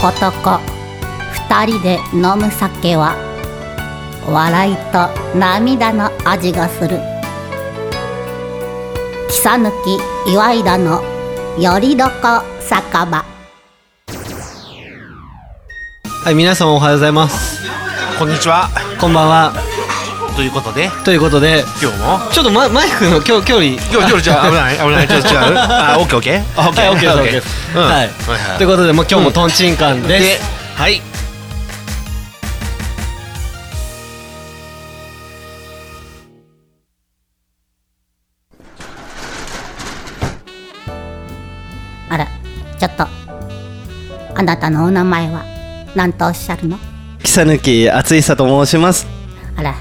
男二人で飲む酒は笑いと涙の味がする木さぬき岩井田のよりどこ酒場はい、皆さんおはようございます。こんにちは。こんばんは。ということで、ということで、今日も。ちょっとママイクの距距離。今日、今日じゃあ危ない、危ない、ちょっと違う。あ、オッケー、オッケー。あオッケはい、ー、オッケーです、オッケーです。うんははいいは。いということで、もう今日もトンチンカンで。、ですはい。あらちょっとあなたのお名前は何とおっしゃるの木さぬきあついさと申しますあら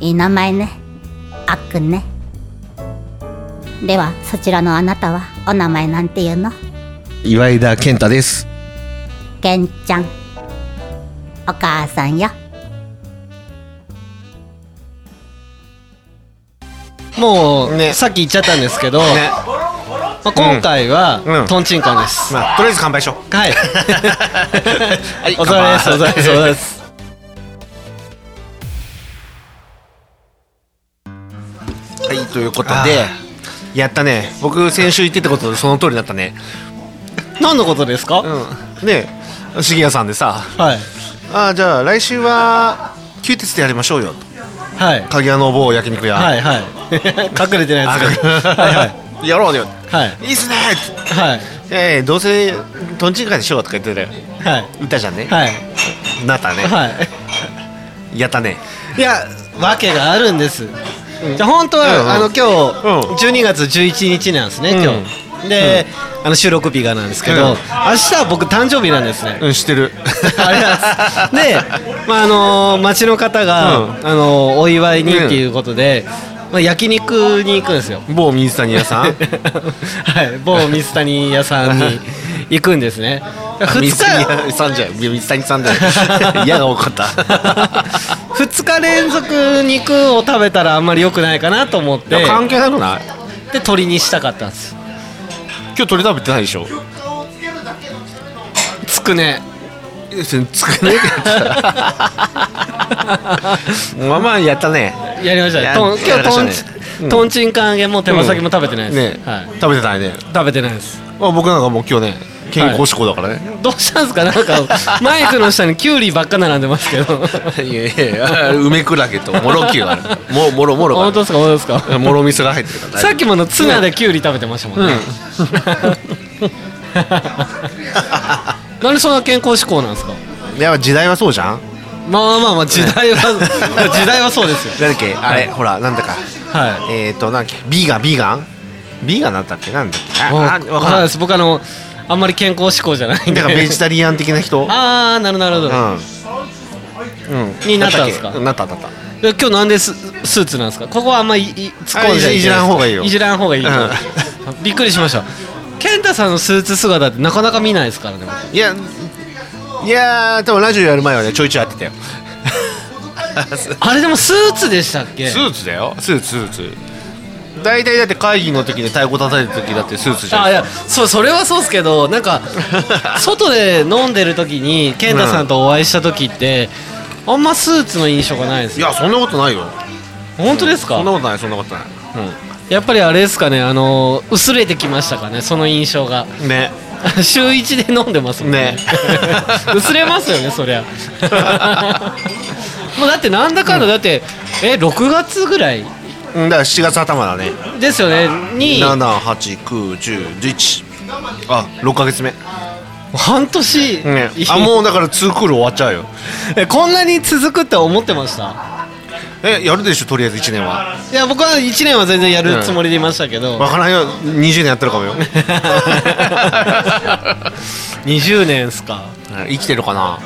いい名前ねあっくんねではそちらのあなたはお名前なんていうの岩井田健太ですけんちゃんお母さんよもう、ねさっき言っちゃったんですけど、ね。まあ、今回は、うんトンチンカンです。まあ、とりあえず乾杯しよはい。う。 はいお疲れ様です。お疲れ様ですお疲れ様です。はい、ということで、やったね。僕、先週言ってたことでその通りだったね。何のことですか、うん。ね、茂谷さんでさ、はい。あじゃあ来週は、吸鉄でやりましょうよ。はい。鍵屋の某焼肉屋。はい、はい。 隠れてないですけど。はい、はい。い。やろうよ。はい。いいっすねはい。ええどうせとんちんかんでしようとか言ってたよはい。歌じゃんね、はい。なったね、はい。やったねいや、わけがあるんです。じゃあ本当は、うんうんあの今うん日、12月11日なんですね、今日。で、あの収録日がなんですけど、うん明日は僕誕生日なんですね。ん知ってるありがとうございます。 で、まああのー町の方が、うんあのーお祝いにっていうことで、まあ焼肉に行くんですよ。某水谷屋さん はい、某水谷屋さんに行くんですね。二水谷日屋さんじゃんいや水谷さんだ よ嫌が多かった2日連続肉を食べたらあんまり良くないかなと思っいてや関係なくないで鶏にしたかったんです今日鳥食べてないでしょつくねえそれつくね えまあまあやったねやりましたねやとん今や日りまとしたんねちうんとんちんかん揚げも手羽先も食べてないです、ね、はい、食べてないね食べてないですあ僕なんかもう今日ね健康志向だからね、どうしたんですかなんかマイクの下にキュウリばっか並んでますけ どいやいや、梅クラゲとモロキュウがある。ももろもろがあ本当るですか本当ですかもろみそが入ってるから。さっきもあのツナでキュウリ食べてましたもんね、 なんでそんな健康志向なんですかき、やっぱ時代はそうじゃん。まあまあまあ時代は 時代はそうですよなんだっけ、あれ、ほら、なんだか。はいえっと、なんだっけ、ビーガン、ビーガン。ビーガンだったっけ、なんだっけ。あ、あわわかかなららいなでい。す僕あのあんまり健康志向じゃないんでだからベジタリアン的な人。 ああなるほどなるほうど、ん。うん、になったんですかっけなったなったで今日なんでススーツなんですかここはあんまりいい突っ込んじゃあいじいじらん方がいいよいじらん方がいいと思う、びっくりしました健太さんのスーツ姿ってなかなか見ないですからね僕いやいやーでもラジオやる前はねちょいちょいやってたよあれでも スーツでしたっけスーツだよスーツスーツ大体だって会議の時で太鼓叩いた時だってスーツじゃんあいやそうそれはそうですけどなん か外で飲んでる時に健太さんとお会いした時って、あんまスーツの印象がないですいよやそんなことないよ本当ですそかんなことないそんなことないやっぱりあれですかねあの薄れてきましたかねその印象が うんね週一で飲んでますもんねね 薄れますよねそりゃ もうだってなんだかんだだって、え6月ぐらいうんだから7月頭だねですよねに7891011あ6ヶ月目半年、ねあもうだから2クール終わっちゃうよ えこんなに続くって思ってましたえやるでしょとりあえず1年はいや僕は1年は全然やるつもりでいましたけど、 わからんよ20年やってるかもよ20年っすか 生きてるかな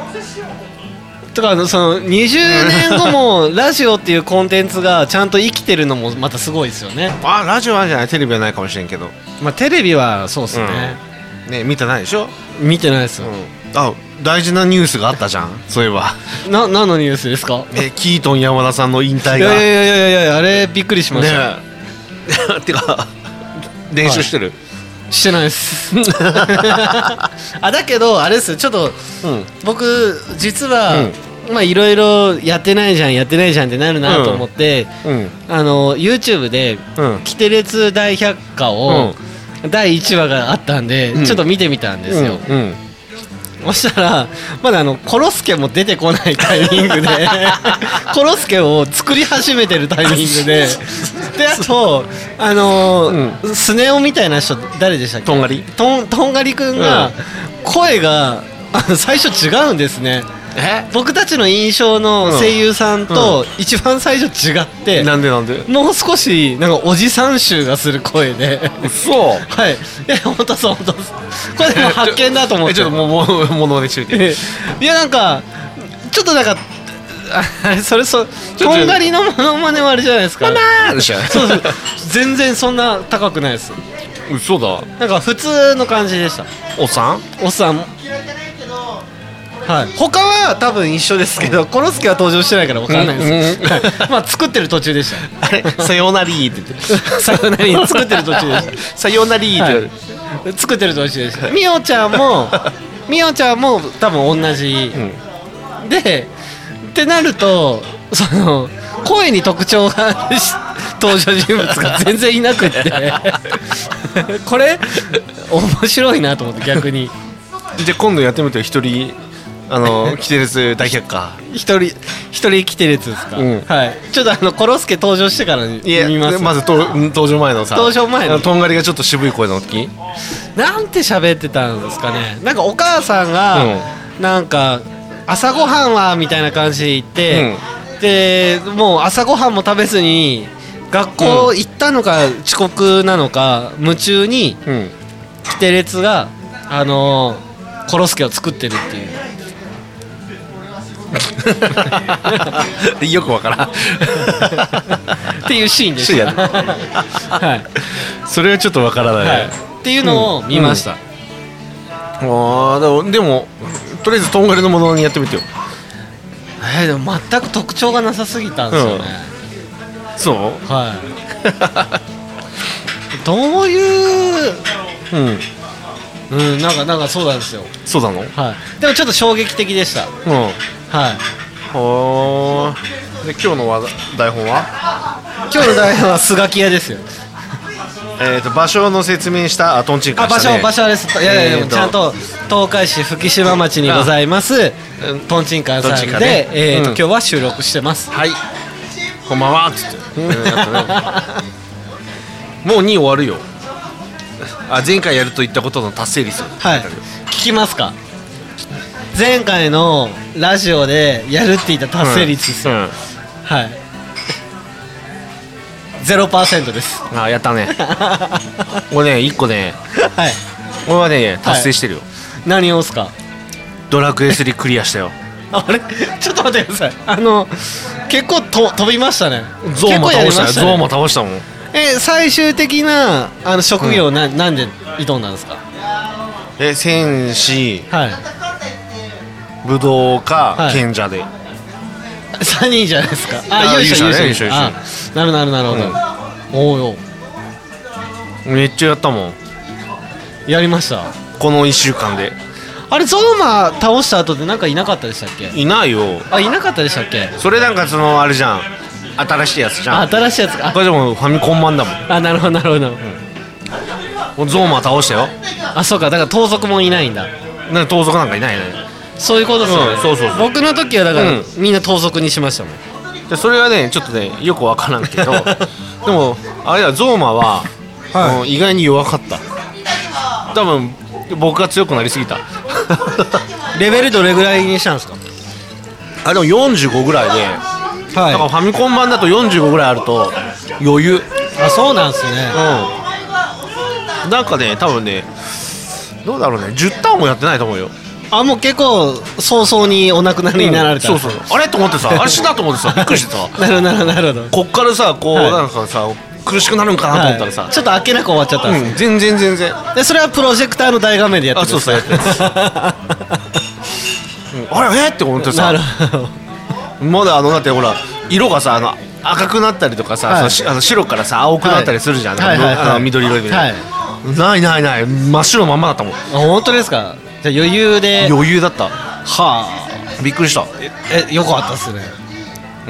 とかあのその20年後もラジオっていうコンテンツがちゃんと生きてるのもまたすごいですよねあラジオあるじゃないテレビはないかもしれんけどまあテレビはそうっすね、ね見てないでしょ、見てないですうよ、ん、あ大事なニュースがあったじゃんそういえ ばな何のニュースですかえキートン山田さんの引退いやいがやい やいやいやあれびっくりしましたよ、ねえてか練習してる、いしてないですあ だけどあれですよちょっと、僕実は、まあいろいろやってないじゃんやってないじゃんってなるなと思って、うんあの YouTube でうん「キテレツ大百科」を第1話があったんで、ちょっと見てみたんですよ、うんそしたらまだあのコロスケも出てこないタイミング でコロスケを作り始めてるタイミングでであとあのースネ夫みたいな人誰でしたっけとんがりとんとんがりくんが、うん声があの最初違うんですねえ僕たちの印象の声優さんと一番最初違って、なんでなんでもう少しなんかおじさん臭がする声でそうはいえ本当そう本当そうこれでも発見だと思っえてちょっともうもうものまねしといてええいやなんかちょっとなんかあそれそょとんがりのモノマネはあれじゃないですかあーでしょそうそう全然そんな高くないです嘘だなんか普通の感じでしたおっさんおっさんはい、他は多分一緒ですけど、コロスケは登場してないから分からないです、はいまあ作ってる途中でし あれさよなりーって言ってたさよなら作ってる途中でしたさよなりーって言われる作ってると一緒ですみおちゃんもみおちゃんも多分同じ、でってなるとその声に特徴があるし登場人物が全然いなくって これ面白いなと思って逆にじゃあ今度やってみてよ一人あの キテレツ大百科一人一人来てるやつですか、うんはいちょっとあのコロスケ登場してからにいや見ますまずと登場前のさ登場前のあとんがりがちょっと渋い声の時なんて喋ってたんですかねなんかお母さんが、なんか朝ごはんはみたいな感じで言って、でもう朝ごはんも食べずに学校行ったのか遅刻なのか夢中にうんキテレツがあのー、コロスケを作ってるっていうよくわ からんっていうシーンでしシーた、ンやねはいそれはちょっとわからは、ないいっていうのを見ました、あーでもでもとりあえずとんがりのものにやってみてよえーでも全く特徴がなさすぎたんですよね、そうはい。どういう、うんうん、なんか、なんかそうなんですよ。そうなのうんはい。でもちょっと衝撃的でした。はい。はーで今日の話台本は今日の代表はスガキ屋ですよ。えっ、と場所の説明したあトンチンカあ、ンし場た、所、ね、場所です。いやいやいえや、ーとちゃんと東海市福島町にございます。トンチンカンさトンチンカんンねで、えっと、うん今日は収録してます。はいこんばんはっつって、うんやったねもう2終わるよあ前回やると言ったことの達成率はい。聞きますか。前回のラジオでやるって言った達成率ですよ。うんはい。ゼロパーセント です。あやったねこれね1個ねはい。俺はね達成してるよ、何を押すか。ドラクエ3クリアしたよあれ、ちょっと待ってください。あの、結構と飛びましたね。ゾウも倒したよ、 結構ゾやウりまも倒したもんたねえ、最終的な、あの職業な、ん、なんで挑んだんですか。え戦士はい。武道家はい賢者で、三人じゃないですか。ああ、ー優勝、優勇勝、者ねあ、なるなるなるほど。おおよ。めっちゃやったもんやりました。この1週間であれ、ゾウマ倒した後で、なんかいなかったでしたっけ。いないよあ、いなかったでしたっけ。それなんかそのあれじゃん新しいやつじゃあ、ん新しいやつか。これでもファミコン版だもんあ、あなるほど、なるほどなるほど。もうゾウマ倒したよあ、そうか、だから盗賊もいないんだ。なんか盗賊なんかいないねそういうことですよね、うんそうそうそう僕の時はだから、うんみんな盗賊にしましたもんでそれはねちょっとねよくわからん けどでもあれだゾウマは、もう意外に弱かった多分僕が強くなりす ぎたレベルどれぐらいにしたんですかあでも45ぐらいで、はだからファミコン版だと45ぐらいあると余裕あそうなんですねうんなんかね多分ねどうだろうね10ターンもやってないと思うよあもう結構早々にお亡くなりになられた、そうそうあれと思ってさあれ死んだと思ってさびっくりしてさなるほどなるほどなるほどこっからさこう、はいなんかさ苦しくなるんかなと思ったらさ、はいちょっとあっけなく終わっちゃったんですうねん全然全然、でそれはプロジェクターの大画面でやってるんですねあそうそう うんあれえって思ってなさるほどまだあのだってほら色がさあの赤くなったりとかさ、はいそのしあの白からさ青くなったりするじゃん、はいなんかはいはいはいあの緑色みたいはな、いないないない真っ白のまんまだったもんあ本当ですかじゃあ余裕で余裕だったはびっくりしたあえよかったっすね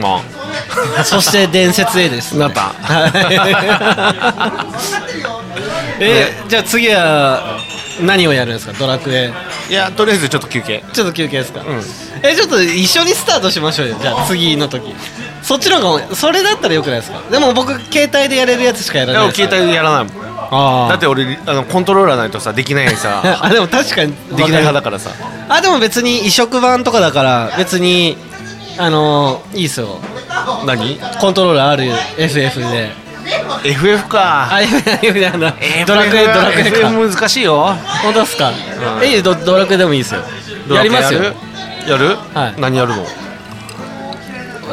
ま そして伝説 A です、あね、なったはい えじゃあ次は何をやるんですかドラクエいやとりあえずちょっと休憩ちょっと休憩ですか、えちょっと一緒にスタートしましょうよじゃあ次の時そっちの方がそれだったらよくないですかでも僕携帯でやれるやつしかやらいないやです携帯でやらないもんあだだって俺あのコントローラーないとさできないさ あでも確かにできない派だからさあでも別に移植版とかだから別にあのー、いいっすよ何コントローラーある FF で FF かあ FF であのドラクエドラクエか FF 難しいよ本当っすか、うんえいいドドラクエでもいいっすよやりますよやるはい何やるの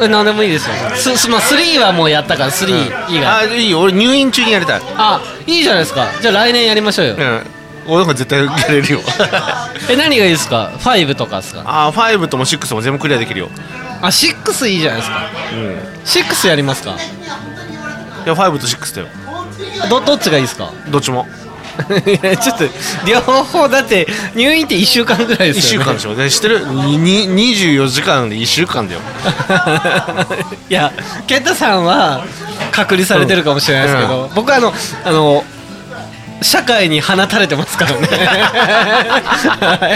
え何でもいいですよすす、まあ、3はもうやったから3以外、あいいよ俺入院中にやりたいあいいじゃないですかじゃあ来年やりましょうよ、うん俺なんか絶対やれ るよえ何がいいですか5とかですかあ5とも6も全部クリアできるよあ6いいじゃないですか6やりますかいや5と6だよどどっちがいいですかどっちも いやちょっと両方だって入院って1週間ぐらい1です週よ、ね、間でしょで知ってるにに24時間で1週間だよいや健太さんは隔離されてるかもしれないですけど、僕はあのあの社会に放たれてますからねは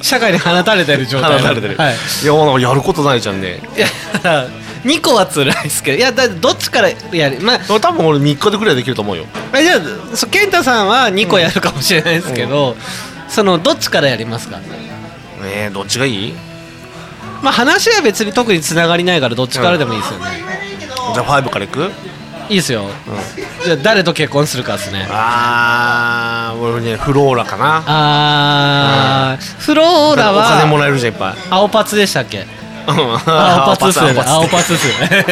い社会に放たれてる状態離なんれでてる、はい、いやなんかやることないじゃんねいや2個は辛いですけどいやだってどっちからやるまあ多分俺3日でクリアできると思うよえじゃあそ健太さんは2個やるかもしれないですけど、そのどっちからやりますかえー、どっちがいいじまあ話は別に特につながりないからどっちからでもいいですよね、ゃあ5からいくいいですよ、じゃあ誰と結婚するかですねあー俺ねフローラかなあー、フローラお金もはらえるじゃんいっぱい青パツでしたっけ青青パツっすよね青パパツっすよね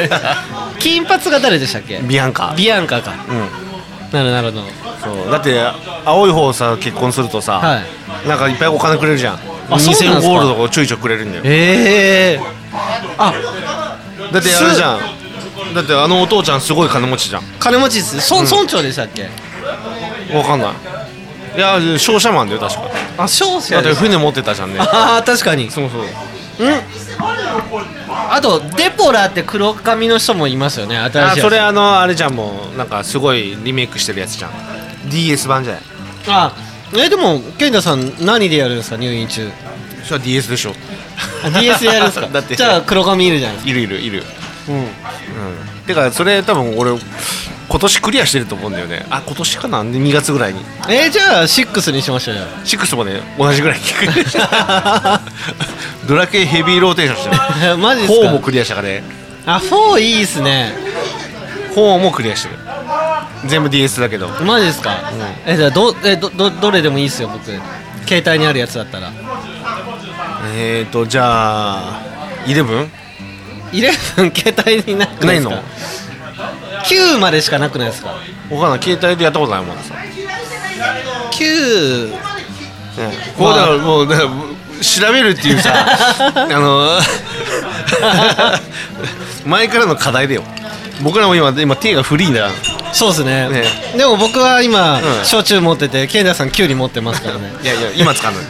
金髪が誰でしたっけビアンカビアンカかうんなるなるほどそうだって青い方さ結婚するとさ、はなんかいっぱいお金くれるじゃんあそうなん2000すかゴールドとかちょいちょいくれるんだよええー、あだってあれじゃんだってあのお父ちゃんすごい金持ちじゃん金持ちですそ、村長でしたっけわかんないいや商社マンだよ確かあ商社だってでした船持ってた じゃんねああ確かにそうそうあとデポラって黒髪の人もいますよね新あしいやつそれあのあれじゃんもうなんかすごいリメイクしてるやつじゃん DS 版じゃないあえでも健太さん何でやるんですか入院 中それは DS で しょあ DS でやるんですか だってじゃあ黒髪いるじゃないですいるいるいるうん、うん、てかそれ多分俺今年クリアしてると思うんだよねあ今年かなで2月ぐらいにかえー、じゃあ6にしましょうよ 6もね同じぐらいに ドラクエヘビーローテーションしてるマジですか4もクリアしたからねあ4いいっすね4もクリアしてる全部 DS だけどマジですか、えじゃあどえどどどれでもいいっすよ僕携帯にあるやつだったらえーとじゃあ 11? 11携帯になくないですなかいの9までしかなくないですか分かんない携帯でやったことないもんさ、 9こうだからもうだから調べるってい うさあの前からの課題だよ僕らも今今手がフリーだそうですねねでも僕は今、うん焼酎持ってて健太さんキュウリ持ってます からねいやいや今使うの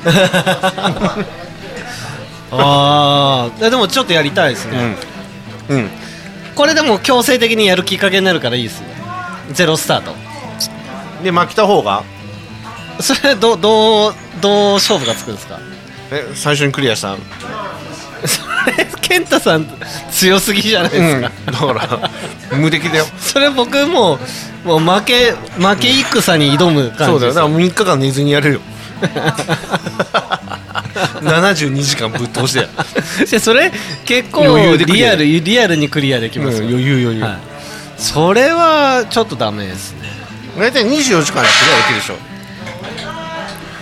ああでもちょっとやりたいですね、うんうんこれでも強制的にやるきっかけになるからいいですねゼロスタートで負けた方がそれはどうどうどう勝負がつくんです かえ最初にクリアしたそれ健太さん強すぎじゃないですか、だから無敵だよそれ僕もうもう負け負け戦に挑むそ感うだじよですだからよ3日間寝ずにやれるよ72時間ぶっ通しだよ、 でそれ結構余裕でクリリアアルリアルにクリアできますよ、余裕余裕、はい、それはちょっとダメですね大体24時間でクリアできるでしょ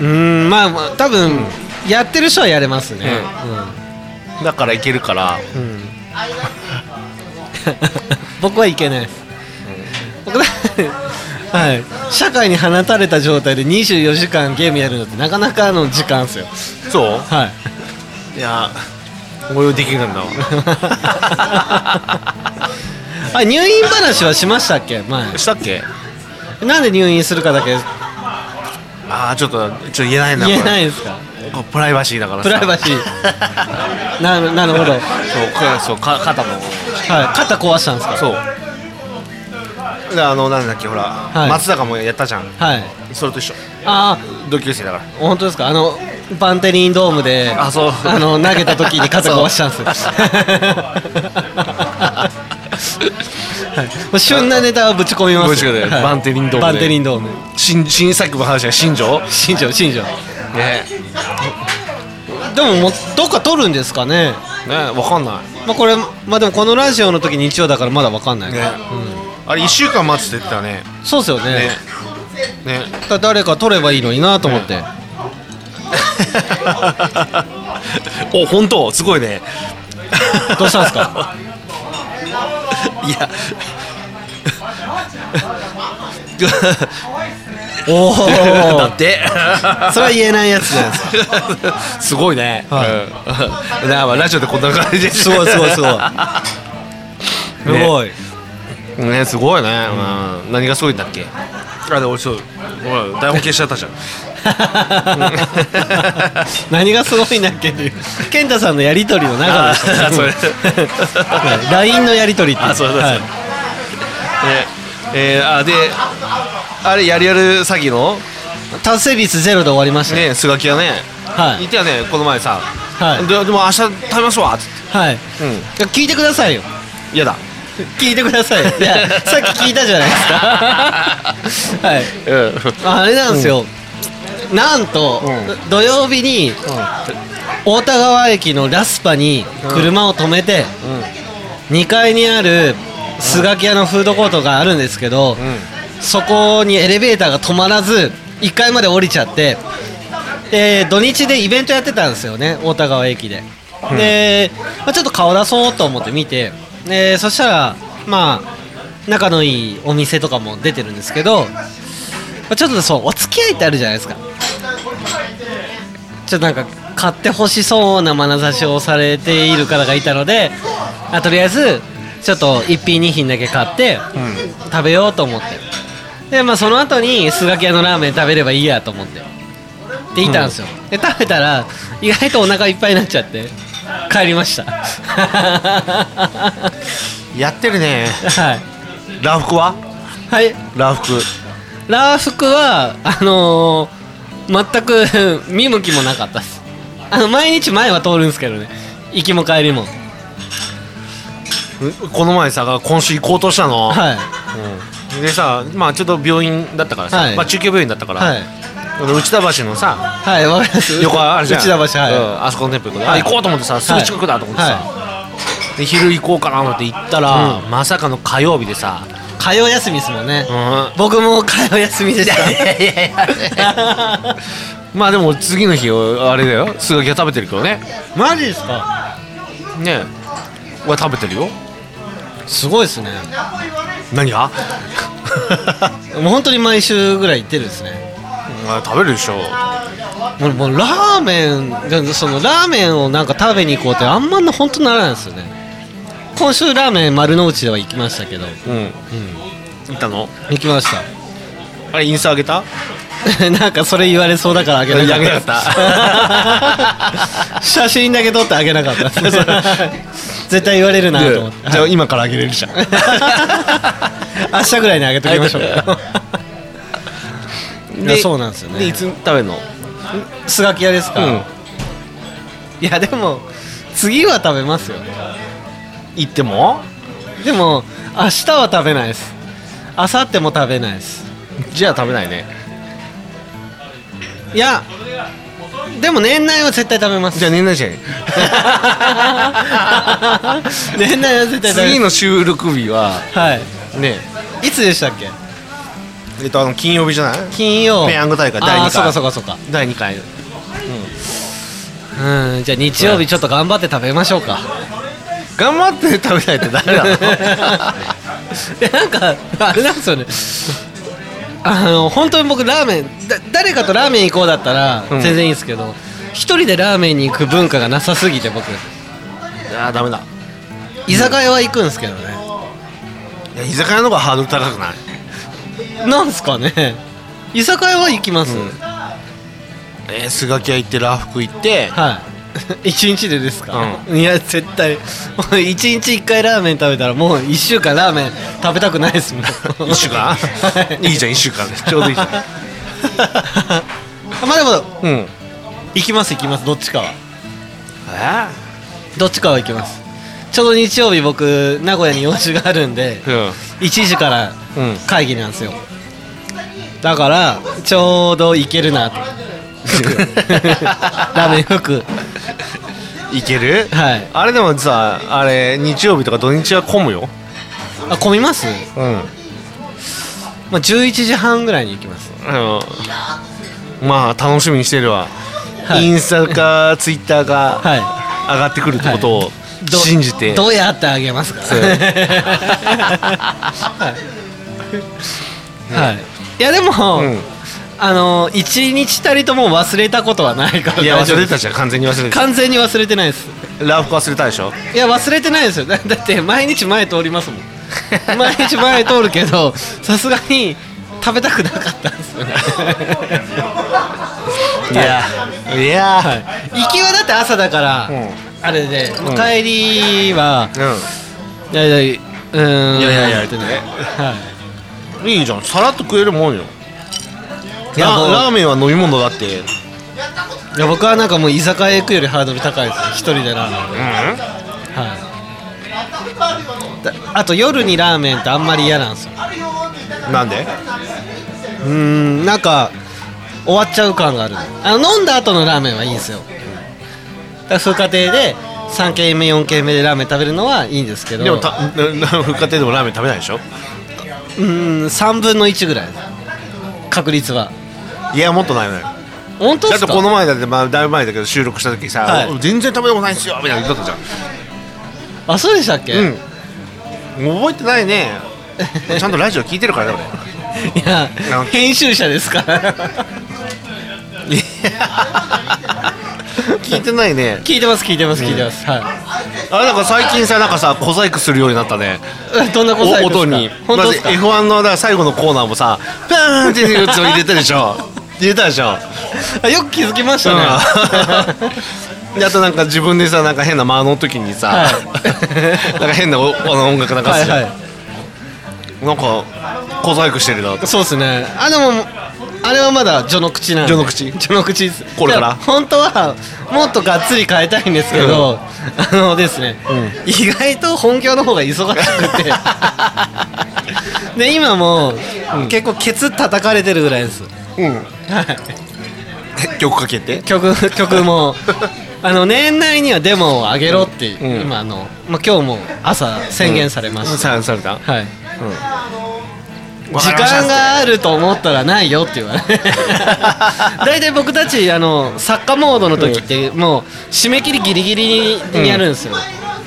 うーんまあまあ多分、やってる人はやれますね、だからいけるから 僕はいけないです、僕だはい社会に放たれた状態で24時間ゲームやるのってなかなかの時間ですよそうはい いや応用できるんだわ あ入院話はしましたっけ前したっけなんで入院するかだけああちょっとちょっと言えないな言えないこですかれこれプライバシーだからプさライバシーなるなるほど、はい、そうこれそうか肩の肩壊したんですかそうであのなんだっけほら、い松坂もやったじゃんはいそれと一緒ああ同級生だから本当ですかあのバンテリンドームでああそうの投げた時に肩壊したんですよ そうはい、旬なネタはぶち込みますぶち込んでバンテリンドームでバンテリンドーム新新作の話が新庄新庄新庄ねでももうどっか撮るんですかねねわかんないまあこれまあでもこのラジオの時日曜だからまだわかんない、ね、あれ1週間待つって言ってたねそうですよねねね だから誰か撮ればいいのになと思って、お本当すごいねどうしたんです かいやおおだって それは言えないやつじゃないですかすごいね、はい、だからラジオでこんな感じですごいすごいすごいすごい、 いねすごいね、うん、何がすごいんだっけあで俺そうほら台本消しちゃったじゃん何がすごいんだっけっていう健太さんのやり取りの中でした あそれはい LINE のやり取りっていうあそうだそうだはいえー、あであれやるやる詐欺の達成率ゼロで終わりましたねねスガキがね、はい言ってたねこの前さ、はいででも明日食べますわっつっはいてうん聞いてくださいよ嫌だ聞いてくださいよいや さっき聞いたじゃないですかはいうんあれなんですよ、なんと、土曜日に、大田川駅のラスパに車を止めて、2階にあるスガキ屋のフードコートがあるんですけど、そこにエレベーターが止まらず1階まで降りちゃってで土日でイベントやってたんですよね大田川駅で、で、まあ、ちょっと顔出そうと思って見てでそしたらまあ仲のいいお店とかも出てるんですけどまあちょっとそうお付き合いってあるじゃないですかちょっとなんか買ってほしそうな眼差しをされている方がいたのであとりあえずちょっと1品2品だけ買って、食べようと思ってでまあその後にスガキ屋のラーメン食べればいいやと思ってでいたんですよ、で食べたら意外とお腹いっぱいになっちゃって帰りました はやってるねいラフクははいラフクラーフクはあのー、全く見向きもなかったですあの毎日前は通るんですけどね行きも帰りもこの前さ今週行こうとしたの、はいでさまあちょっと病院だったからさ、はいまあ中級病院だったから、はいこの内田橋のさはいわかります横あるじゃん内田橋はい、うんあそこの店舗行くのはあい行こうと思ってさすぐ近くだと思ってさ、はで昼行こうかなと思って行ったら、まさかの火曜日でさ、い火曜休みですもんね、うん僕も火曜休みでしたまあでも次の日あれだよスガキが食べてるけどねマジですかねは食べてるよすごいですね何 がもう本当に毎週ぐらい行ってるんですねあ食べるでしょもうもうラーメンでそのラーメンをなんか食べに行こうってあんまな本当ならないんですよね今週ラーメン丸の内では行きましたけどうん、うん、行ったの行きましあれインスタあげたた なんかそれ言われそうだからあげなかったあげなか 写真だけ撮ってあげなかった 絶対言われるなと思ってじゃあ今からあげれるじ ゃん明日ぐらいにあげときましょうよいやそう なんですよでいねつ食べるのスガキ屋ですか、うんいやでも次は食べますよ行ってもでも明日は食べないです明後日も食べないですじゃあ食べないねいやでも年内は絶対食べますじゃあ年内じゃん 年内は絶対食べます次の収録日ははいねいつでしたっけえっとあの金曜日じゃない金曜ペヤング大会第二回あーそうかそうかそうか第2回うんじゃあ日曜日ちょっと頑張って食べましょうか頑張って食べないとダメだ でなんかあれなんですよねあの本当に僕ラーメンだ誰かとラーメン行こうだったらうん全然いいんですけど、一人でラーメンに行く文化がなさすぎて僕ああダメだ居酒屋は行くんですけどねいや居酒屋の方がハードル高くないなんすかね居酒屋は行きます、えー、スガキ屋行ってラフク行ってはい。一日でですか、いや、絶対、 もう一日一回ラーメン食べたら、もう一週間ラーメン食べたくないです もん。 1週間はいいいじゃん1週間でちょうど いいじゃんまあでも、うんえ行きます行きます、どっちかは。ーどっちかは行きます。ちょうど日曜日僕、名古屋に用事があるんで、うん1時からうん会議なんですよ。だから、ちょうど行ける なと。ラーメン服。いけるはいあれでもさあれ日曜日とか土日は混むよあ、混みますうんまあ、11時半ぐらいに行きます。あのまあ楽しみにしてるわ、はいインスタかツイッターがはい上がってくるってことをど信じて、どうやってあげますか そうはい、はい、いやでも、うんあの一日たりとも忘れたことはないからいや大丈忘夫れてですたじゃん完全に忘れてた完全に忘れてないですラフコ忘れたでしょいや忘れてないですよだ だって毎日前通りますもん毎日前通るけ どさすがに食べたくなかったんですよねいやいやはい行きはだって朝だから、うんあれで、ん帰りはういやいやいうーんいやいやいやってねはいんいいじゃんさらっと食えるもんよいやラもうラーメンは飲み物だっていや僕はなんかもう居酒屋行くよりハードル高いです一人でラーメンうはい、だあと夜にラーメンってあんまり嫌なんですよんなんでうーんなんか終わっちゃう感があるあの飲んだ後のラーメンはいいんですよだからそういう過程で3軒目4軒目でラーメン食べるのはいいんですけどでもた復活でもラーメン食べないでしょうーん3分の1ぐらい確率はいやもっとないのよ本当でだっすてかこの前だってまあだいぶ前だけど収録した時さ、はい全然食べたことないんすよみたいな言っとったじゃんあそうでしたっけ、いうん覚えてないねちゃんとラジオ聞いてるからねやなん編集者ですから 俺聞いてないね聞いてます聞いてます聞いてます、はあれなんか最近さなんかさ小細工するようになったねいどんなことお音に本当ですかだって F1 のだから最後のコーナーもさパーンっていうやつを入れたでしょ入れたでしょ あよく気づきましうたね、んであとなんか自分でさなんか変な間の時にさ、は なんか変なおあの音楽流 はすいじゃん、はなんか小細工してるなっていそうですねあでもあれはまだ序の口なんで序の口序の口ですこれからいや本当はもっとがっつり変えたいんですけど、 あのですね、意外と本業の方が忙し くてで今も、う結構ケツ叩かれてるぐらいです、はい曲かけて曲曲もあの年内にはデモを上げろって、うん今あの、まあ、今日も朝宣言されました、さされたはいわ時かりました間があると思ったらないよって 言われ大体僕たちあの作家モードの時ってもう締め切りギリギリにやるんですよ、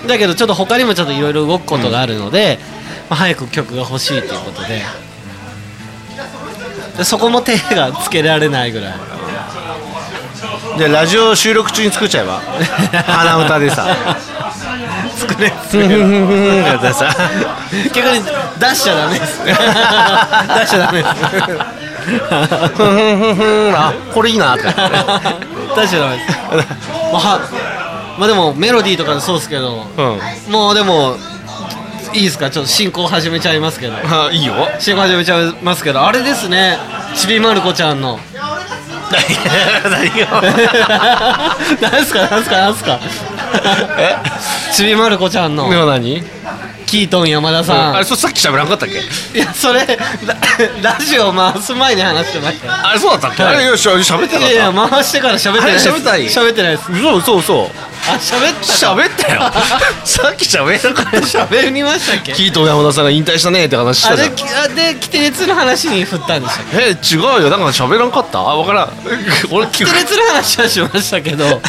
だけどちょっと他にもちょっといろいろ動くことがあるので、まあ、早く曲が欲しいということででそこも手がつけられないぐらいでラジオ収録中に作っちゃえ ば鼻歌でさ作れ「ふんふんふんふん」やってさ 逆に出しちゃダメです 出しちゃダメです「ふんふんふんふん」あこれいい なって確かにまあ、まあ、でもメロディーとかそうですけど、うんもうでもいいですかちょっと進行始めちゃいますけどあいいよ進行始めちゃいますけどあれですねちびまる子ちゃんの 何すか何すか何すかえちびまる子ちゃんのでも何キートン山田さん、あれそれさっき喋らんかったっけいやそれラ ラジオ回す前に話してましたよあれそうだったっけはいあれよし喋っていなかやいやっ回してから喋ってないですあれ喋ったらいい喋ってないですた嘘嘘嘘あ喋った喋ったよ さっき喋らんかったじゃん喋りましたっけキートン山田さんが引退したねって話しあたじゃれんきあでキテレツの話に振ったんで したっけえ違うよだから喋らんかったあ分からん俺聞キくテレツの話はしましたけど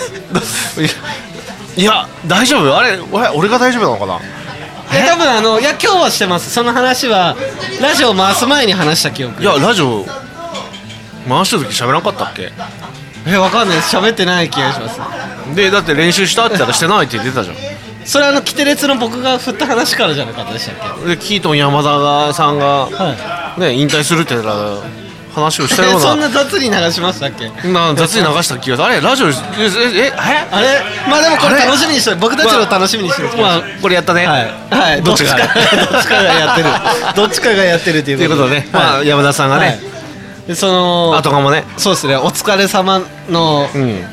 いや大丈夫あれ俺俺が大丈夫なのかないや多分あのいや今日はしてますその話はラジオ回す前に話した記憶いやラジオ回した時喋らんかったっけえわかんないです喋ってない気がしますでだって練習したって言ったらしてないって言ってたじゃんそれあのキテレツの僕が振った話からじゃなかったでしたっけ でキートン山田がさんが、はね引退するって言ったら話をしたようそんなな雑に流しましたっけな雑に流した気がするあれラジオえええあれまあでもこれ楽しみにして僕たちの楽しみにしてるえまあこれやったねはい、はい、どっちかがどっちかがやってる どっちかがやってるっていうということでねまあ山田さんがねはいでそのあとかもねそうですねお疲れ様のうん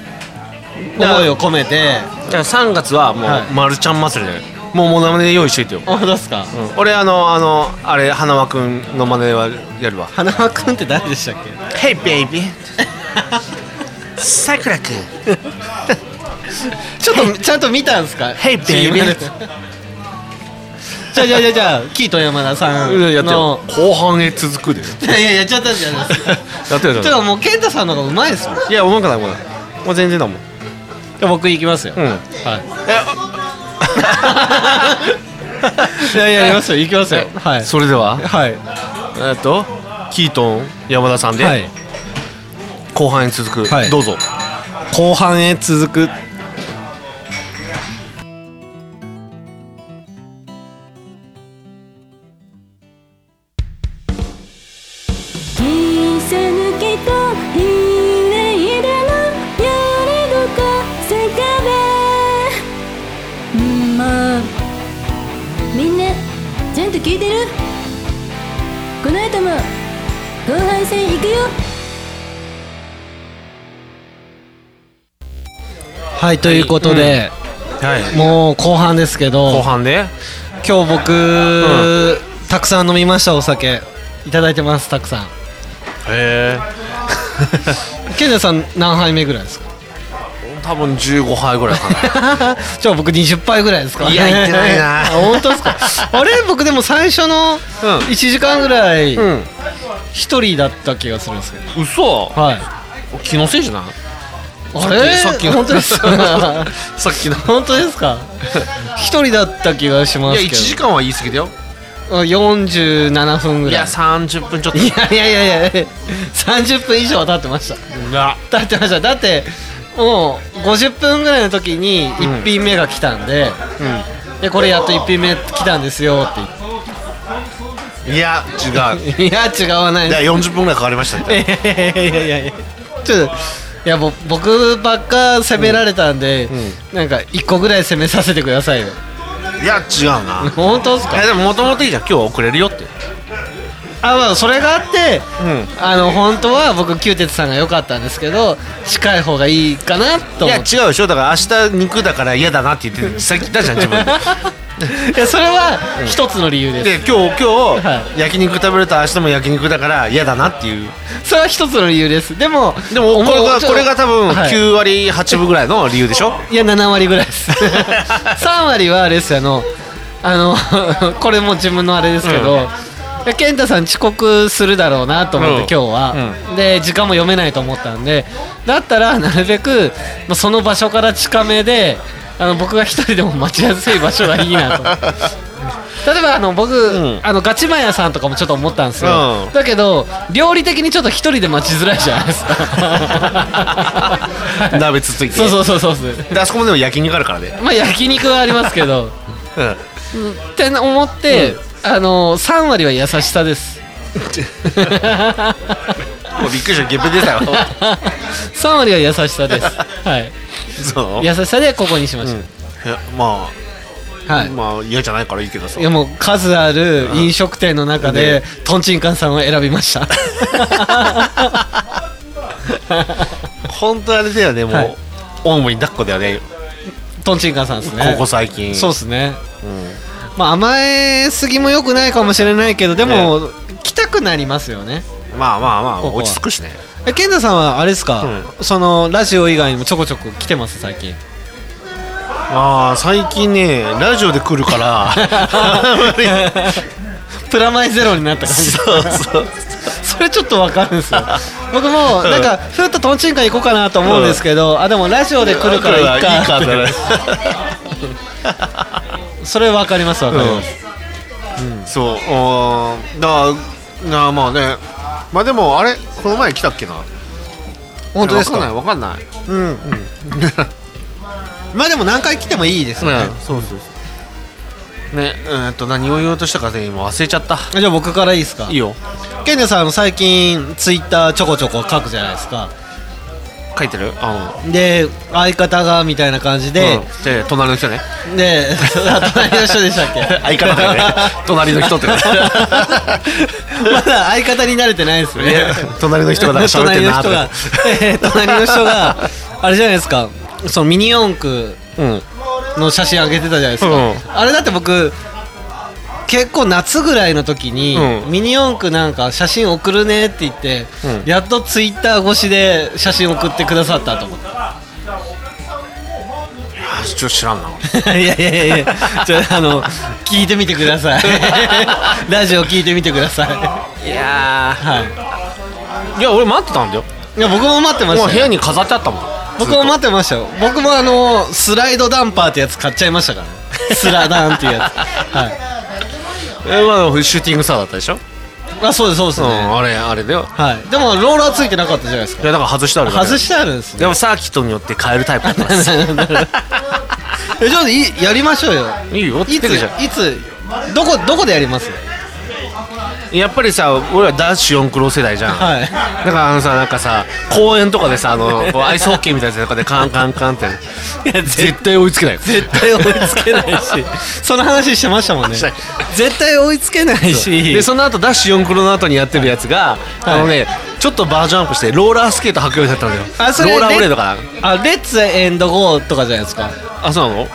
思いを込めてじゃあ3月はもはいうまるちゃん祭りだよもうモノマネで用意しといてよ思い出すか俺あのあのあれ花輪くんの真似はやるわ花輪君って誰でしたっけ「Hey baby さくらくんちょっとちゃんと見たんす か Hey, baby. じゃあじゃあじゃあじゃあキート山田さ」んやってよの後半へ続 くでいやいやいやちょっと待ってちょっと待ってやってよちょっともう健太さんの方がうまいですもんいや思うかないもんもう全然だもんじゃあ僕行きますようん はいいやいや行きますよ行きますよはいそれでははいえっとキートン山田さんはでい後半へ続くはいどうぞ後半へ続く「切りさ抜けたひねいでのやりどこせかべ」んーまあみんなちゃんと聞いてるこの後も後半戦行くよはいということで、はいもう後半ですけど後半で今日僕、たくさん飲みましたお酒いただいてますたくさんへえ健太さん何杯目ぐらいです か多分15杯ぐらい かなじゃあ僕20杯ぐらいですかいやいってない なあ本当ですかあれ僕でも最初のん1時間ぐらいうん一人だった気がするんですけど、嘘はい気のせいじゃないあれさっきの本当ですか さっきの本当ですか一人だった気がしまいすやけ1ど時間は言い過ぎだよあ47分ぐいらやい30分ちょっといやいやいやいや30分以上は経ってましたが経ってましただってもう50分ぐらいの時に1品目が来たんで,、でこれやっと1品目来たんですよっていや違う言ってい や違わないいいややい40分ぐらいかかりましたみたいなやいやいやいやちょっといやぼ僕ばっか責められたんで、なんか1個ぐらい責めさせてくださいよいや違うな本当ですいやかでももともといいじゃん今日は遅れるよってあまあそれがあってうんあの本当は僕キューテツさんが良かったんですけど近い方がいいかなとい思やって違うでしょだから明日肉だから嫌だなって言ってさっき言ったじゃん自分で いやそれは一つの理由です、で今日今は日焼肉食べると明日も焼肉だから嫌だなっていうそれは一つの理由ですでもでもこれもうちょっがとこれが多分はい9割8分ぐらいの理由 でしょいや7割ぐらいです 3割はあれですよあのあの これも自分のあれですけど、うんいや健太さん遅刻するだろうなと思って、うん今日は、で時間も読めないと思ったんでだったらなるべくまあその場所から近めであの僕が一人でも待ちやすい場所がいいなと 例えばあの僕、んあのガチマン屋さんとかもちょっと思ったんですよ、うんだけど料理的にちょっと一人で待ちづらいじゃないですか はい鍋つついて そうそうそうそうそうであそこもでも焼肉あるからねまあ焼肉はありますけ どうんって思って、あの3割は優しさですもうびっくりしたゲップ出たよ 3割は優しさです、はい、そうい優しさでここにしました、やまはあい、まあ嫌じゃないからいいけどさいやもう数ある飲食店の中でとんちんかんさんを選びました 本当あれだよねもはういオウムに抱っこだよねとんちんかんさんですねここ最近そうですね、まあ甘えすぎも良くないかもしれないけどでも、来たくなりますよねまあまあまあここは落ち着くしねえ健太さんはあれですか、そのラジオ以外にもちょこちょこ来てます最近ああ最近ねラジオで来るから あんまりプラマイゼロになった感じそうそうそれちょっとわかるんですよ 僕もなんかふっととんちんかん行こうかなと思うんですけど、あでもラジオで来るからいいかいいかだねそれわかりますわかります、そうあーだなあまあねまあでもあれこの前来たっけな本当ですかわかんないわかんまあでも何回来てもいいですよね、ないそうそうそうねえーっと何を言おうとしたかで今忘れちゃったじゃあ僕からいいですかいいよケンネさん最近ツイッターちょこちょこ書くじゃないですか書いてるあで相方がみたいな感じので、うんで隣の人ねで 隣の人でしたっけ 相方だよね 隣の人ってねまだ相方に慣れてないですね隣の人がなんか喋っ隣てるのな人とがか、えー隣の人があれじゃないですかそのミニ四駆うんの写真あげてたじゃないですか、うんあれだって僕結構夏ぐらいの時に、うんミニ四駆なんか写真送るねって言って、うんやっとツイッター越しで写真送ってく ださったと思っあちょっと知らんなていやいやいやいやちょあの聞いてみてくだ さいラジオ聞いてみてくださいいやはいや俺待ってたんだよいいや僕も待ってましもうた部よ屋に飾ってあったもん僕も待ってましたよ僕もあのスライドダンパーってやつ買っちゃいました からねスラダンっていうやつはいえまあシューティングサーだったでしょあそうですそうですうんね、あれあれだよはいでもローラーついてなかったじゃないですかいやだから外してあるだけ外してあるんですね でもサーキットによって変えるタイプだったんですえちょっといやりましょうよいいよいつってるじゃいつどこどこでやります んやっぱりさ俺は男子四クロ世代じゃん、はいだからあのさなんかさ公園とかでさあのこうアイスホッケーみたいなやつとかでカンカンカンって絶対追いつけない絶対追いつけないしその話してましたもんねした絶対追いつけないしでその後ダッシュ4クロの後にやってるやつが、はいあのねちょっとバージョンアップしてローラースケート履くようになったんだよあそれローラーブレードかなあレッツエンドゴーとかじゃないですかあそうなの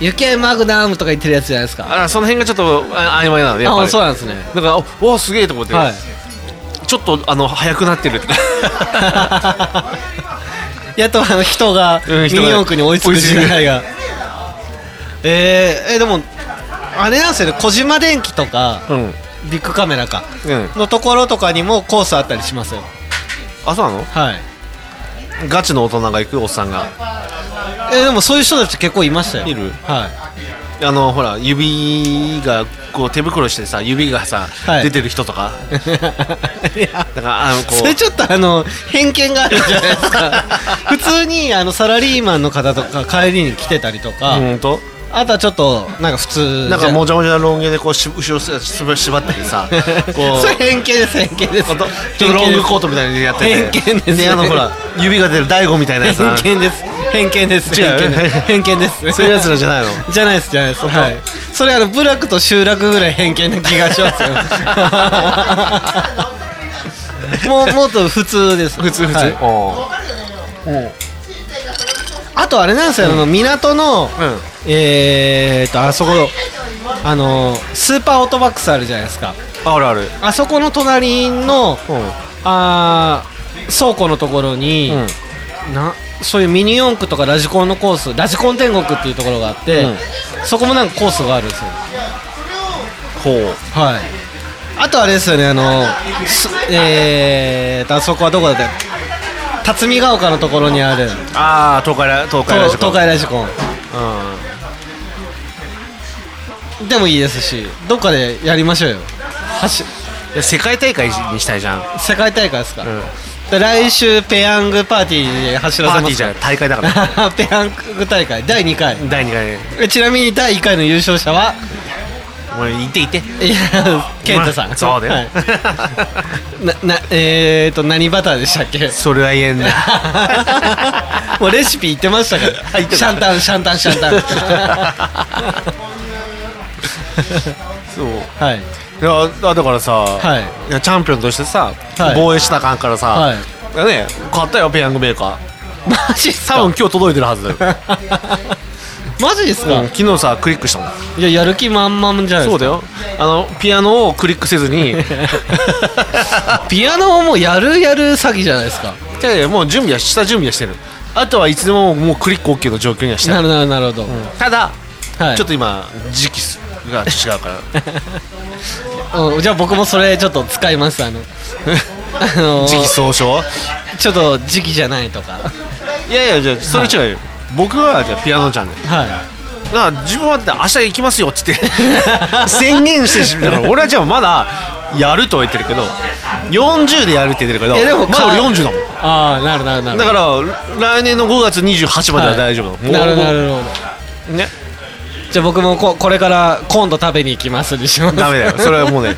ユケマグナムとか言ってるやつじゃないですかあその辺がちょっとあ曖昧なのねやっぱりあそうなんですねだからおおすげえと思って、はいちょっとあの速くなって るとかやっとあの人がミうん人がニ四駆に追いつく時代がえー、えでもあれなんですよね小島電機とか、うんビッグカメラかうんのところとかにもコースあったりしますよあそうなのはいガチの大人が行くおっさんがえーでもそういう人たち結構いましたよいるはあのほら指がこう手袋してさ指がさ、はい出てる人と か いいやだからあのこそれうちょっとあの偏見があるじゃないです か普通にあのサラリーマンの方とか帰りに来てたりとか、うんとあとはちょっとなんか普通なんかももじゃもじゃなロン毛でこうし後ろすすば縛ってて さこうそれ偏見です偏見ですちょっとちょっとロングコートみたいにやってて偏見ですであのほら指が出る大悟みたいなやつな偏見です偏見です違う偏見です偏見です そういうやつらじゃないのじゃないですじゃないですはいそれあの部落と集落ぐらい偏見な気がします よもうもっと普通です普通普はいおあとあれなんですよ、あの港の、んえーっとあそこあのスーパーオートバックスあるじゃないですかーあるあるあそこの隣の、うんあー倉庫のところに、なそういうミニ四駆とかラジコンのコースラジコン天国っていうところがあって、うんそこもなんかコースがあるんですよほうはいあとあれですよねあのすえーっとあそこはどこだったっけ辰巳ヶ丘のところにあるああ東海ラ東海ラ東ジコン東海ラジコンうんでもいいですしどっかでやりましょうよ走いや世界大会にしたいじゃん世界大会ですか、んで来週ペヤングパーティーで走らせパーテまィーすじゃかん大会 だからペヤング大会第2回第2回えちなみに第1回の優勝者はお前行って行ってい や健太さまんあそうだよ、はいななえーと何バターでしたっけ それは言えんなもうレシピ言ってましたから言ってたシャンタンシャンタンシャンタン そうはいいやだだからさ、はいいやチャンピオンとしてさ、はい防衛したらあかんからさ、はいいやね買ったよペヤングメーカマジっすー多か分今日届いてるはずだよ、マジですか、うん昨日さクリックしたもんいややる気満々じゃないそでうすかだよあのピアノをクリックせず にピアノをもうやるやる詐欺じゃないですかいやいやもう準備は下準備はしてるあとはいつでももうクリック OK の状況にはしてるなるなるなるほど、ただ、はいちょっと今時期が違 うからうん、じゃあ僕もそれちょっと使いますあのあの時期ー、総称ちょっと時期じゃないとかいやいやじゃあそれ違うよ、僕はじゃあピアノちゃんねはだから自分はだって明日行きますよっつ って宣言してしまうから俺はじゃあまだやるとは言ってるけど40でやるって言ってるけどいやでもまだ俺か40だもんああなるなるなるだから来年の5月28までは大丈夫だもなん、るもうなるなるねじゃあ僕もここれから今度食べに行きますにしますダメだよそれはもうね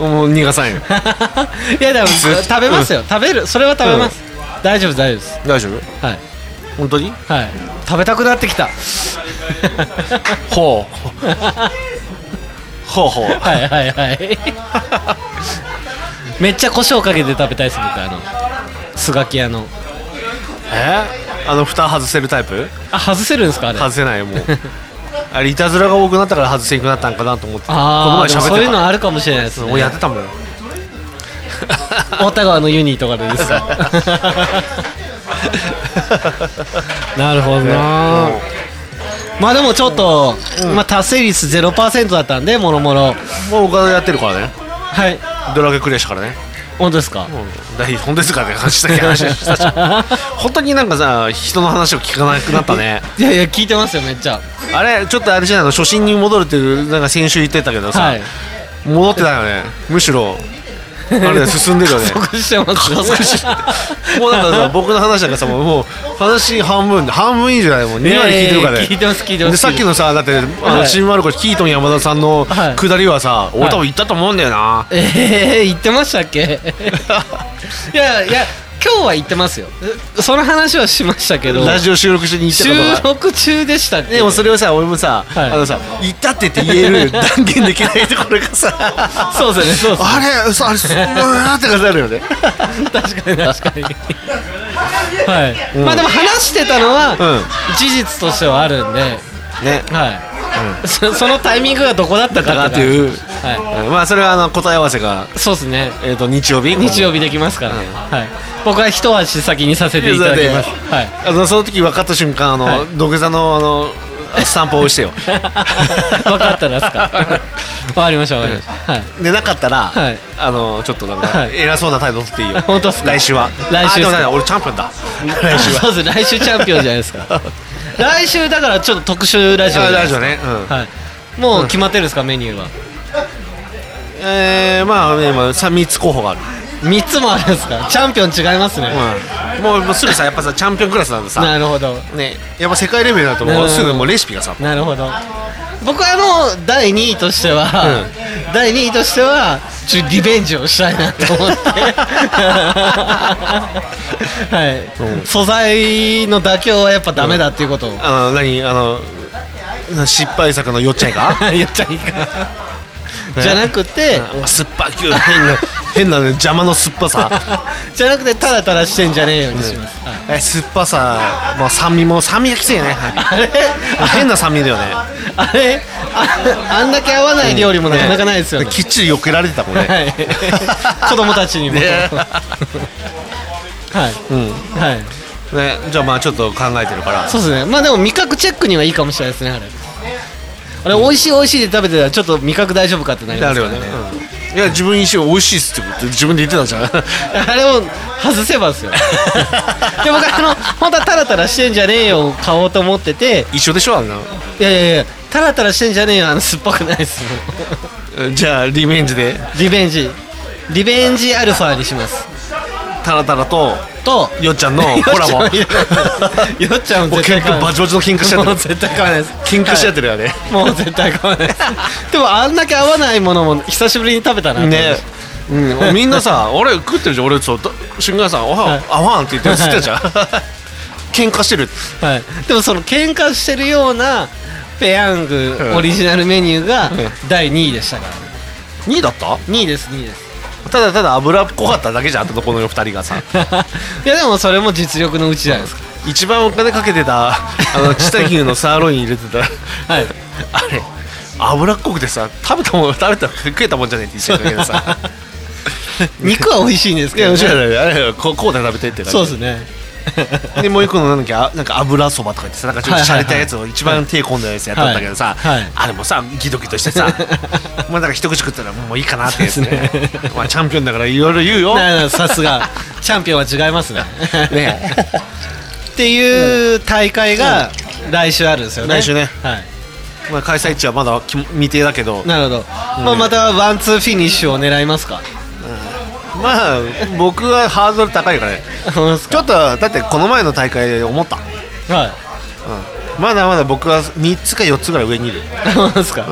もう逃がさんよ いやでも食べますよ食べるそれは食べます、大丈夫大丈夫です大丈夫はい本当にはい食べたくなってきたほう ほうほうはいはいはい めっちゃ胡椒かけて食べたいです僕あのすがき屋のえあの蓋外せるタイプあ外せるんですかあれ外せないよもうあれいたずらが多くなったから外せなくなったんかなと思ってこのあ前あ喋ってたそういうのあるかもしれないですね俺やってたもん太田川のユニとかでですか なるほどなまあでもちょっと、まあ達成率0%だったんでもろもろもうお金やってるからねはいドラクエクリアしたからね本当ですか大本ですかって話だけ話でしたし 本当になんかさ人の話を聞かなくなったね いやいや聞いてますよめっちゃあれちょっとあれじゃないの初心に戻るっていうなんか先週言ってたけどさ、はい戻ってたよねむしろあれだよ進んでるよね加速してます加速しもうなんかさ僕の話なんかさもう話半分半分以上だよもう2割聞いてるからね、聞いてます聞いてますでさっきのさだってあはのいチームマルコキートン山田さんのはい下りはさ、俺多分言ったと思うんだよな、 ええー、言ってました っけいやいや今日は言ってますよその話はしましたけどラジオ収録中に言ってた収ことが録中でしたっけでもそれをさ俺もさ、はいあのさ言ったって言って言える断言できないところがさそうですよねそうですよねあれそうあれそううわーって感じになるよ ね確かに確かにはい、まあでも話してたのは、う事実としてはあるんでねはい、そそのタイミングがどこだったかだっっててういう、はまあそれはあの答え合わせが、い、そうですねえー、と日曜日日曜日日できますからね、はい、僕は一足先にさせていただきますはいあのその時分かった瞬間あの、はい土下座のあの散歩をしてよ 分かったら ですか分かりました分かりました、はいでなかったら、はいあのちょっとなんかはい偉そうな態度取っていいよ、本当っすか来週は 来週っすかあでもない俺チャンピオンだ来週はそうです来週チャンピオンじゃないですか来週だからちょっと特集ラジオじゃ あないラですジかオね、うんはい、もう決まってるんですかメニューはえー、まあね今3つ候補がある3つもあるんですかチャンピオン違いますね、うんもうもうすぐさやっぱさチャンピオンクラスなんでさなるほどねやっぱ世界レベルだとなるもほうどすぐもうレシピがさなるほど僕はあの第2位としては、第2位としてはちょっとリベンジをしたいなと思ってはい、素材の妥協はやっぱダメだっていうことを、あの何あのな失敗作のよっちゃいか言っちゃいいかなじゃなくて、なんか酸っぱく変な変なね邪魔の酸っぱさじゃなくてただただしてんじゃねえようにします、はいえ酸っぱさもう酸味も酸味がきついよねあれ変な酸味だよねあれああんだけ合わない料理もなかなかないですよね、きっちり避けられてたもんね はい、子供たちにも、ねはい、はい、ねじゃあまあちょっと考えてるからそうですねまあでも味覚チェックにはいいかもしれないですねあれあれ美味しい美味しいで食べてたらちょっと味覚大丈夫かってなりまなするかよらねね、うんいや自分にしよう美味しいっすってこと自分で言ってたじゃん あれを外せばですよで僕あの本当はタラタラしてんじゃねえよを買おうと思ってて一緒でしょあんないやいやいやタラタラしてんじゃねえよあの酸っぱくないですよじゃあリベンジでリベンジリベンジアルファにしますタラタラととよっちゃんのコラボよっちゃんよっちゃんももう絶喧対買嘩わなバいチバチの喧嘩しちゃっもてうる絶対買わないです喧嘩しちゃってるよねもう絶対買わないですでもあんだけ合わないものも久しぶりに食べたなと思いまねしたうん、みんなさ 俺食ってるじゃん俺そう新幹さん「あ、はい合わん」って言ってるっつってたじゃん 喧嘩してるはい、でもその喧嘩してるようなペヤングオリジナルメニューが第2位でしたから、ね、 2位だった2位です2位ですただただ脂っこかっただけじゃんあとこの2人がさいやでもそれも実力のうちじゃないですか、一番お金かけてたあ の知多牛のサーロイン入れてた はいあれ脂っこくてさ食べたもん食べた食えたもんじゃねえって言ってたけどさ肉は美味 しいんですいけやど、面ね、白いねあれ こうこうで食べてって感じそうですねでもう一個のなんだっけあなんか油そばとか言ってさなんかちょっとはいは洒いはい落たやつを一番手込んだやつやったんだけどさ、はいはいあれもさギドギドして さまあなんか一口食ったらもういいかなってやつねそうでまあチャンピオンだからいろいろ言うよななさすがチャンピオンは違いますねねっていう大会が来週あるんですよね来週ねはいまあ開催地はまだき未定だけどなるほど、まあ、またワンツーフィニッシュを狙いますかまあ僕はハードル高いからねそうですちょっとだってこの前の大会で思ったはいまだまだ僕は3つか4つぐらい上にいるそうですか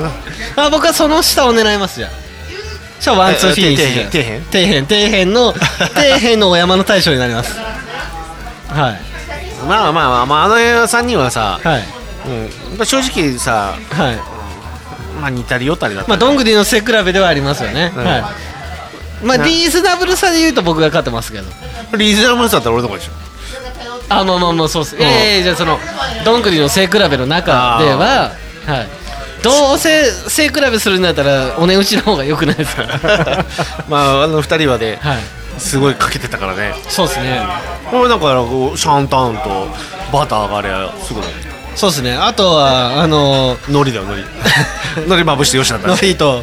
あ僕はその下を狙いますじゃあじゃあワンツーフィニッシュじゃん底辺底辺底辺 の底辺のお山の大将になりますはいまあまあまあ、まあ、あの3人はさ、はいうんまあ、正直さ、はいまあ、似たり寄ったりだったまあどんぐりの背比べではありますよね、うんはいまあなリーズナブルさで言うと僕が勝ってますけどリーズナブルさだったら俺のとこでしょあまあまあまあそうっすいやいやいやじゃあそのどんぐりの背比べの中でははいどうせ背比べするんだったらお値打ちの方が良くない ですか まああの2人はね、はいすごいかけてたからねそうですねこれだからこうシャンタンとバターがあれはすごいそうですねあとはあの海苔だよ海 苔海苔まぶしてよしなんだのりと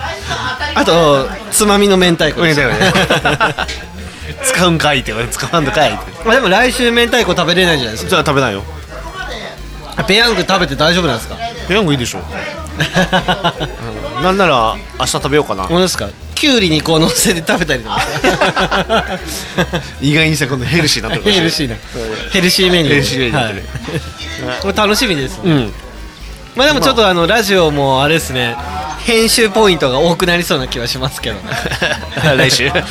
あとつまみの明太子で海苔すだよね 使うんかいって言われて使わんのかいって まあでも来週明太子食べれないじゃないですじゃあ食べないよかペヤング食べて大丈夫なんです かペヤングいいでしょ、うんなんなら明日食べよ うかな本当ですかきゅうりにこう乗せて食べた りとか意外にさこのヘルシーなとこヘルシーなヘルシーメニューヘルシーメニューはいこれ楽しみですねうんまあでもちょっとあのラジオもあれですね編集ポイントが多くなりそうな気はしますけどね 来週 ガ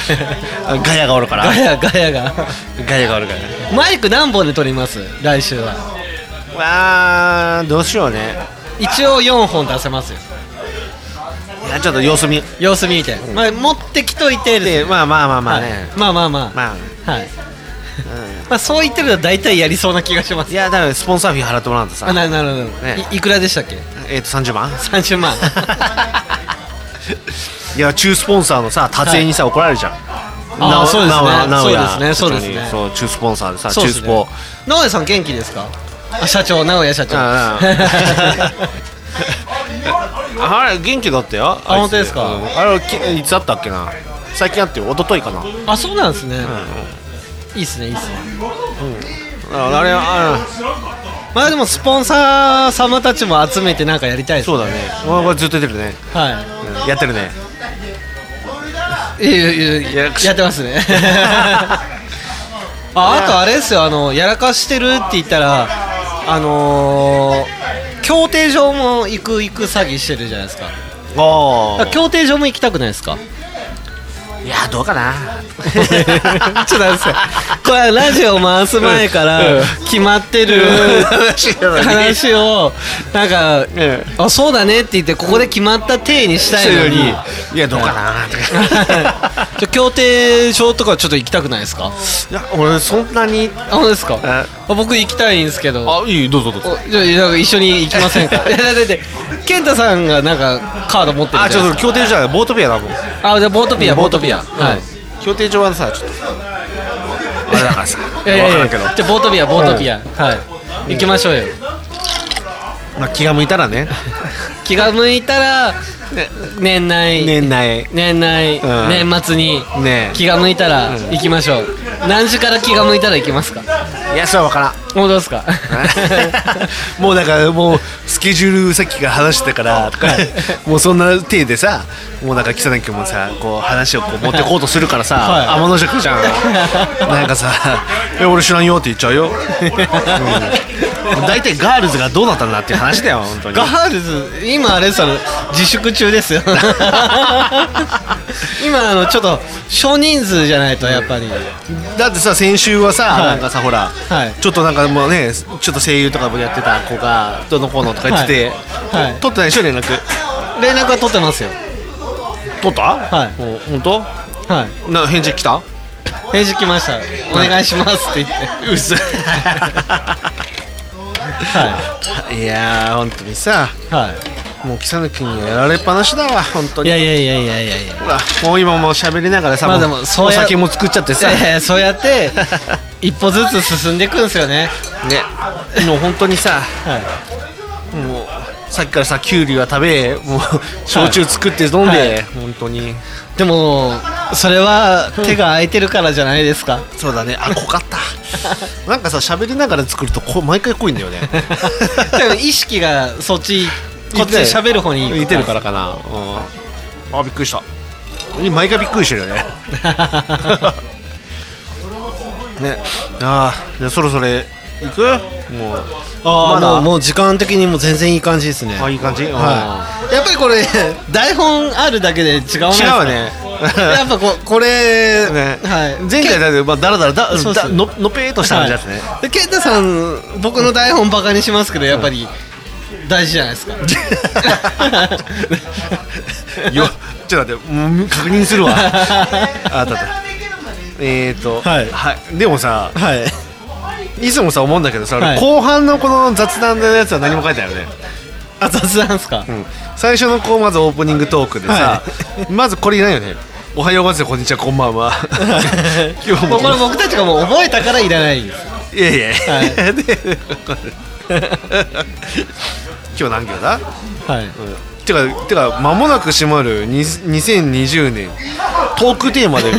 ヤがおるか らガヤガヤがガヤがおるからマイク何本で撮ります来週はわあどうしようね一応4本出せますよいやちょっと様子見様子見て、まあ、持ってきといてですでまあまあまあまあね、はいまあまあまあまあはい、 まあそう言ってると大体やりそうな気がしますいやだからスポンサーフィー払ってもらうんとさあなるなるなる、ねいいくらでしたっけえっ、と30万30万 いや中スポンサーのさ達成にさ、怒られるじゃんあーなおそうですねなおなおやそうですね社長にそそう中スポンサーでさ、そう中ですスねポ直江さん元気ですかあ社長直江社長ああれ元気だったよあいつ本当ですかうんあれきいつだったっけな最近あってよ一昨日かな あそうなんですね、いいっすねいいっすねああれあまあでもスポンサー様たちも集めてなんかやりたいですそうだねあこれずっと出てるね、はうんやっ てるねいいやいやいやいややって ますねああとあれですよあのやらかしてるって言ったらあのー、競艇場も行く行く詐欺してるじゃないですかあだから競艇場も行きたくないですか ーいやどうかなちょっと待ってくださいこれはラジオ回す前から決まってる話なのに話をなんかえあそうだねって言ってここで決まった体にしたいのに いやどうかなとかじゃあ競艇場とかちょっと行きたくないですかいや俺そんなにあ本当ですかああ僕行きたいんですけどあいいどうぞどうぞおじゃあなんか一緒に行きませんか いやだって健太さんがなんかカード持ってるあじちゃょないっですと協定じゃないボートピアだもんかあじゃあボートピアボートピアはい協定上はさちょっとあれだからさいやいやいや分からんけじゃあボートピアボートピアはい行きましょうよど、まあ、気が向いたらね気が向いたら年内年内年内うん年末にね気が向いたら行きましょう何時から気が向いたら行きますかいやそれは分からんもうどうですか もうだからもうスケジュールさっきから話してたからとかもうそんな体でさもうなんか北谷君もさこう話をこう持ってこうとするからさ、はい天の尺じゃんなんかさ「え俺知らんよ」って言っちゃうよ、うん大体ガールズがどうなったんだっていう話だよ本当にガールズ今あれさ自粛中ですよ 今あのちょっと少人数じゃないとやっぱりだってさ先週はさ、いなんかさほら、はいちょっとなんかもうねちょっと声優とかもやってた子がどうのこうのとか言ってて、はいはい取ってないでしょ連絡連絡は取ってますよ取ったはいもう本はい当な返事来た返事来ましたお願いしますって言ってうそはいやー本当にさいはもう木更君にやられっぱなしだわ本当いいやにいやいやいやいやいやほらもう今もう喋りながらさ、まあでももうそうおや酒も作っちゃってさいやいやそうやって一歩ずつ進んでいくんですよねねもう本当にさはいもうさっきからさキュウリは食べもう焼酎作って飲んで、はい本当にでもそれは手が空いてるからじゃないですかそうだねあ濃かったなんかさ喋りながら作るとこう毎回濃いんだ よねでも意識がそっちこっちで喋る方に似てるからかな、うん、あびっくりした毎回びっくりしてるよね ねああじゃあそろそろ行くもうああ、まだもうもう時間的にも全然いい感じですねあはいい感じ、いやっぱりこ れ台本あるだけで違うなうん違うね やっぱここれ、ねはい前回だってまあダラダラだそうそうだののぺーっとした感じだったね、はいで健太さん僕の台本バカにしますけどやっぱり大事じゃないですかよちょっと待ってうん確認す るわああったあったえーとはいでもさ はいいつもさ思うんだけどさ、はい後半のこの雑談のやつは何も書いてないよね、あ雑談です か、うん最初のこうまずオープニングトークでさ、まずこれいないよねおはようございますこんにちはこんば んは今日もこれ僕たちがもう覚えたからいらないんですいやいや、、はい でこれ今日何秒だはいてかてか間もなく閉まるに2020年トークテーマ で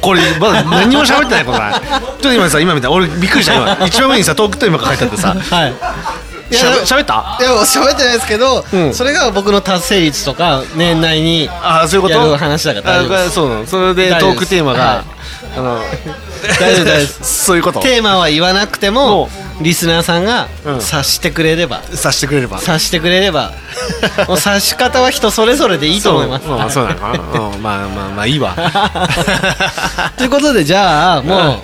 これまだ何も喋ってないことないちょっと今さ今見た俺びっくりした今一番上にさトークテーマが書いてあってさはいいしゃべや喋ったいや喋ってないですけど、うんそれが僕の達成率とか年内にああそういうことやる話だから大丈夫ですあそうなのそれで大丈ト夫ですークテーマが、はいあの 大丈夫ですそういうことテーマは言わなくてももリスナーさんがうん察してくれれば、さしてくれれば察してくれれ ばもう察し方は人それぞれでいいと思いますそう,、まあ、そうなのかな、うん、まあまあまあいいわ ということでじゃあもう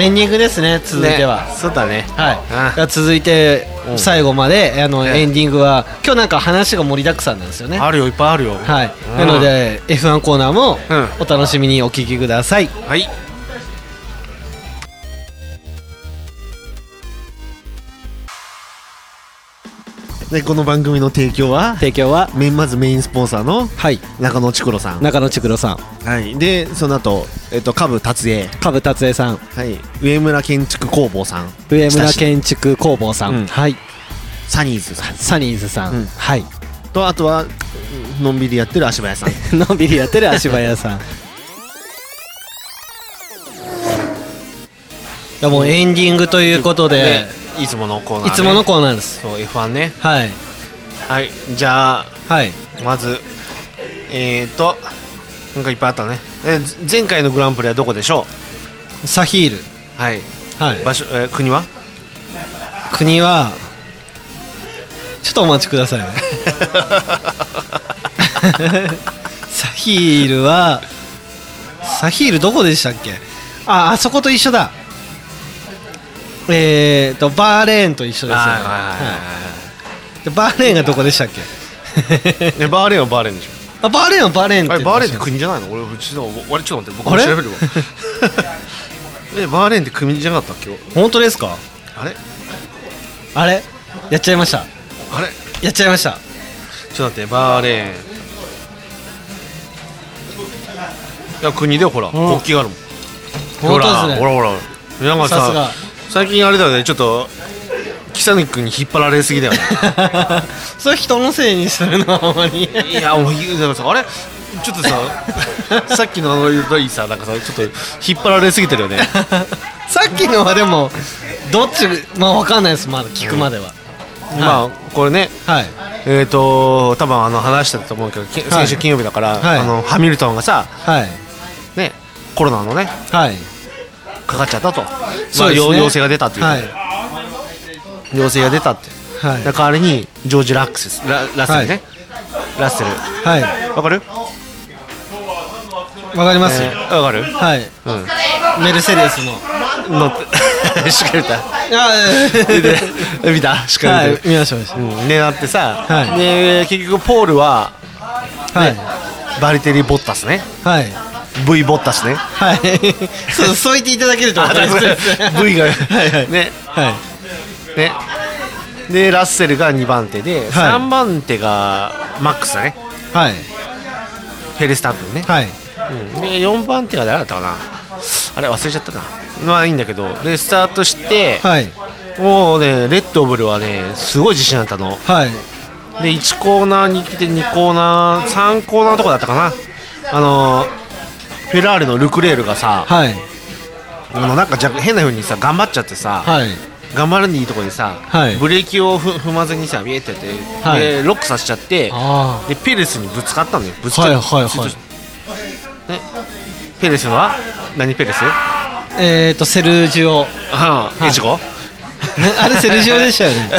エンディングですね 続いては、ねそうだねはい、じゃうあ続いてうん最後まであのねエンディングは今日なんか話が盛りだくさんなんですよねんはあるよいっぱいあるよはいなので F1 コーナーもうんお楽しみにお聞きくださいはいでこの番組の提供は提供はメインまずメインスポンサーのはい中野千黒さん、中野千黒さんはい、でその後、えっと下部達也、株達也さんはい、上村建築工房さん上村親しい建築工房さん、うんはいサニーズさサニーズさん、うんはいんとあとはうんのんびりやってる足早さん のんびりやってる足早さんいやもうエンディングということで、いつものコーナー、いつものコーナーですそう F1 ねはいはいじゃあはいまずえーとなんかいっぱいあったねえぜ前回のグランプリはどこでしょサヒールうはいはい場所、えー国は国はちょっとお待ちくださ いねサヒールはサヒールどこでしたっけああそこと一緒だえーとバーレーンと一緒ですよねはいはいはいはいはいでバーレーンがどこでしたっけえバーレーンはバーレーンでしょ あバーレーンはバーレーンってあれ言バーレーっンてましたってね国じゃないの俺ちょっと俺ちょっと待って僕あもれ調べるわえバーレーンって国じゃなかったっけ 本当ですかあれあれやっちゃいましたあれやっちゃいましたちょっと待ってバーレーンいや国でほら、国旗があるもん本当ですね ほらほらほらなんかさすがさ最近あれだよねちょっとキサヌ君に引っ張られすぎ だよねそれ人のせいにす るのはあまりいやもうだからさあれちょっ とささっきのあの言ったいいさなんかさちょっと引っ張られすぎてる よねさっきのはでもどっちまあわかんないですまだ聞くまでは、まあこれねはいえーと多分あの話してたと思うけどきはい先週金曜日だから、はいあのハミルトンがさ、はいね、コロナのねはいかかっちゃったと、そうですねまあ陽陽性が出たっていう、はい陽性が出たって、はいだから代わりにジョージ・ラックセスララッセルね、ラッセルはわかるいわかりますよ、えーわ、かはいメルセデスのる乗って しっかり見 たあで見たしっ かはりい見てる、見ました見ましうん、ねなってさ、はいで結局ポールはたはいバリテリ・ボッタスねはい V ・ボッタスねはいそうそう言っていただけるとあだから V がはいはいねはいねでラッセルが2番手で、三3番手がマックスだねはいフェレスタップね、はいうんで4番手が誰だったかなあれ忘れちゃったなまあいいんだけどでスタートして、はいもうねレッドブルはねすごい自信あったのはいで1コーナーに来て2コーナー3コーナーのとこだったかなあのフェラーリのルクレールがさ、はいあのなんかじゃ変な風にさ頑張っちゃってさ、はい頑張るにいいとこでさ、はいブレーキをふ踏まずにさビエってやって、はいでロックさせちゃってあでペレスにぶつかったんだよぶつかっはいはいはいちょっとねペレスは何ペレスえっ、ー、とセルジオはあ、いいちご。あれセルジオでしたよ ね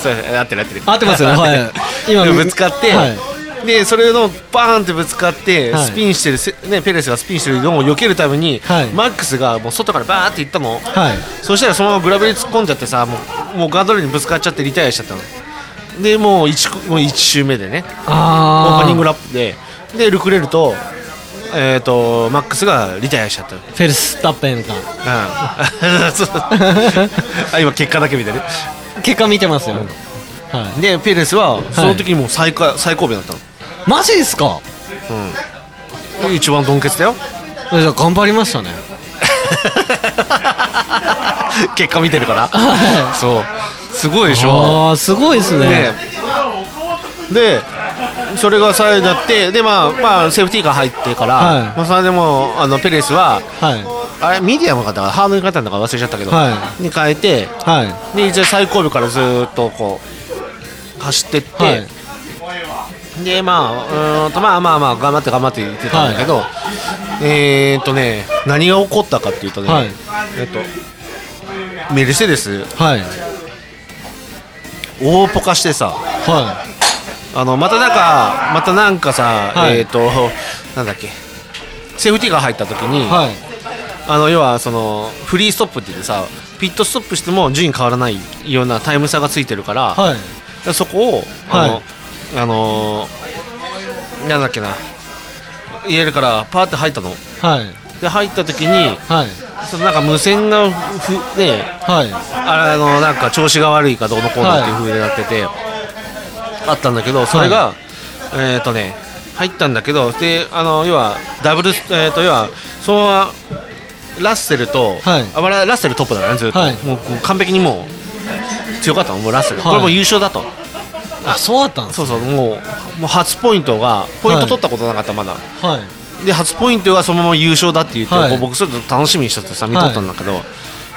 そうですね合ってる合ってる。合ってますよね はい今でぶつかって、はいでそれのバーンってぶつかって、はいスピンしてるせねペレスがスピンしてるのを避けるために、はいマックスがもう外からバーっていったの。はいそしたらそのままグラベルに突っ込んじゃってさもうもうガードレールにぶつかっちゃってリタイアしちゃったのでもう 1, もう一周目でねオーあプーニングラップででルクレルと,、えー、とマックスがリタイアしちゃったのフェルスタッペンが うんそう あ今結果だけ見てる結果見てますよ、はでペレスはその時にもう最下最後尾だったい、マジですかの一番ドンケツだよ じゃあ頑張りましたね結果見てるからはそうすごいでしょああすごいですねねでそれが最後だってでまあまあセーフティーカー入ってから、はいまあそれでもあのペレスははあれミディアムかったかなハードにったのか忘れちゃったけど、はに変えていはで一応最後尾からずーっとこう走ってって、はいでまあうーんとまあまあまあ頑張って頑張って言ってたんだけど、えーっとね何が起こったかっていうとね、はいえっとメルセデスいはい大ポカしてさはあのまたなんかまたなんかさ、はいえーっとなんだっけセーフティーが入った時に、いはいあの要はそのフリーストップって言ってさピットストップしても順位変わらないようなタイム差がついてるから、はいそこをあの、はあのーなんだっけな入れるからパーって入ったのはいで入った時にはいそのなんか無線がふではいああのなんか調子が悪いかどうのこうのっていう風になってて、あったんだけどそれが、えっ、とね入ったんだけどであの要はダブルスえっ、と要はそのままラッセルと、はいあまだラッセルトップだからねずっと、はいもうこう完璧にもう強かったのもうラッセル、はいこれもう優勝だとあそうだったんですそうそうもうもう初ポイントがポイント取ったことなかったまだ、はいで初ポイントがそのまま優勝だって言って、はいこう僕ちょっと楽しみにしちゃってさ見とったんだけど、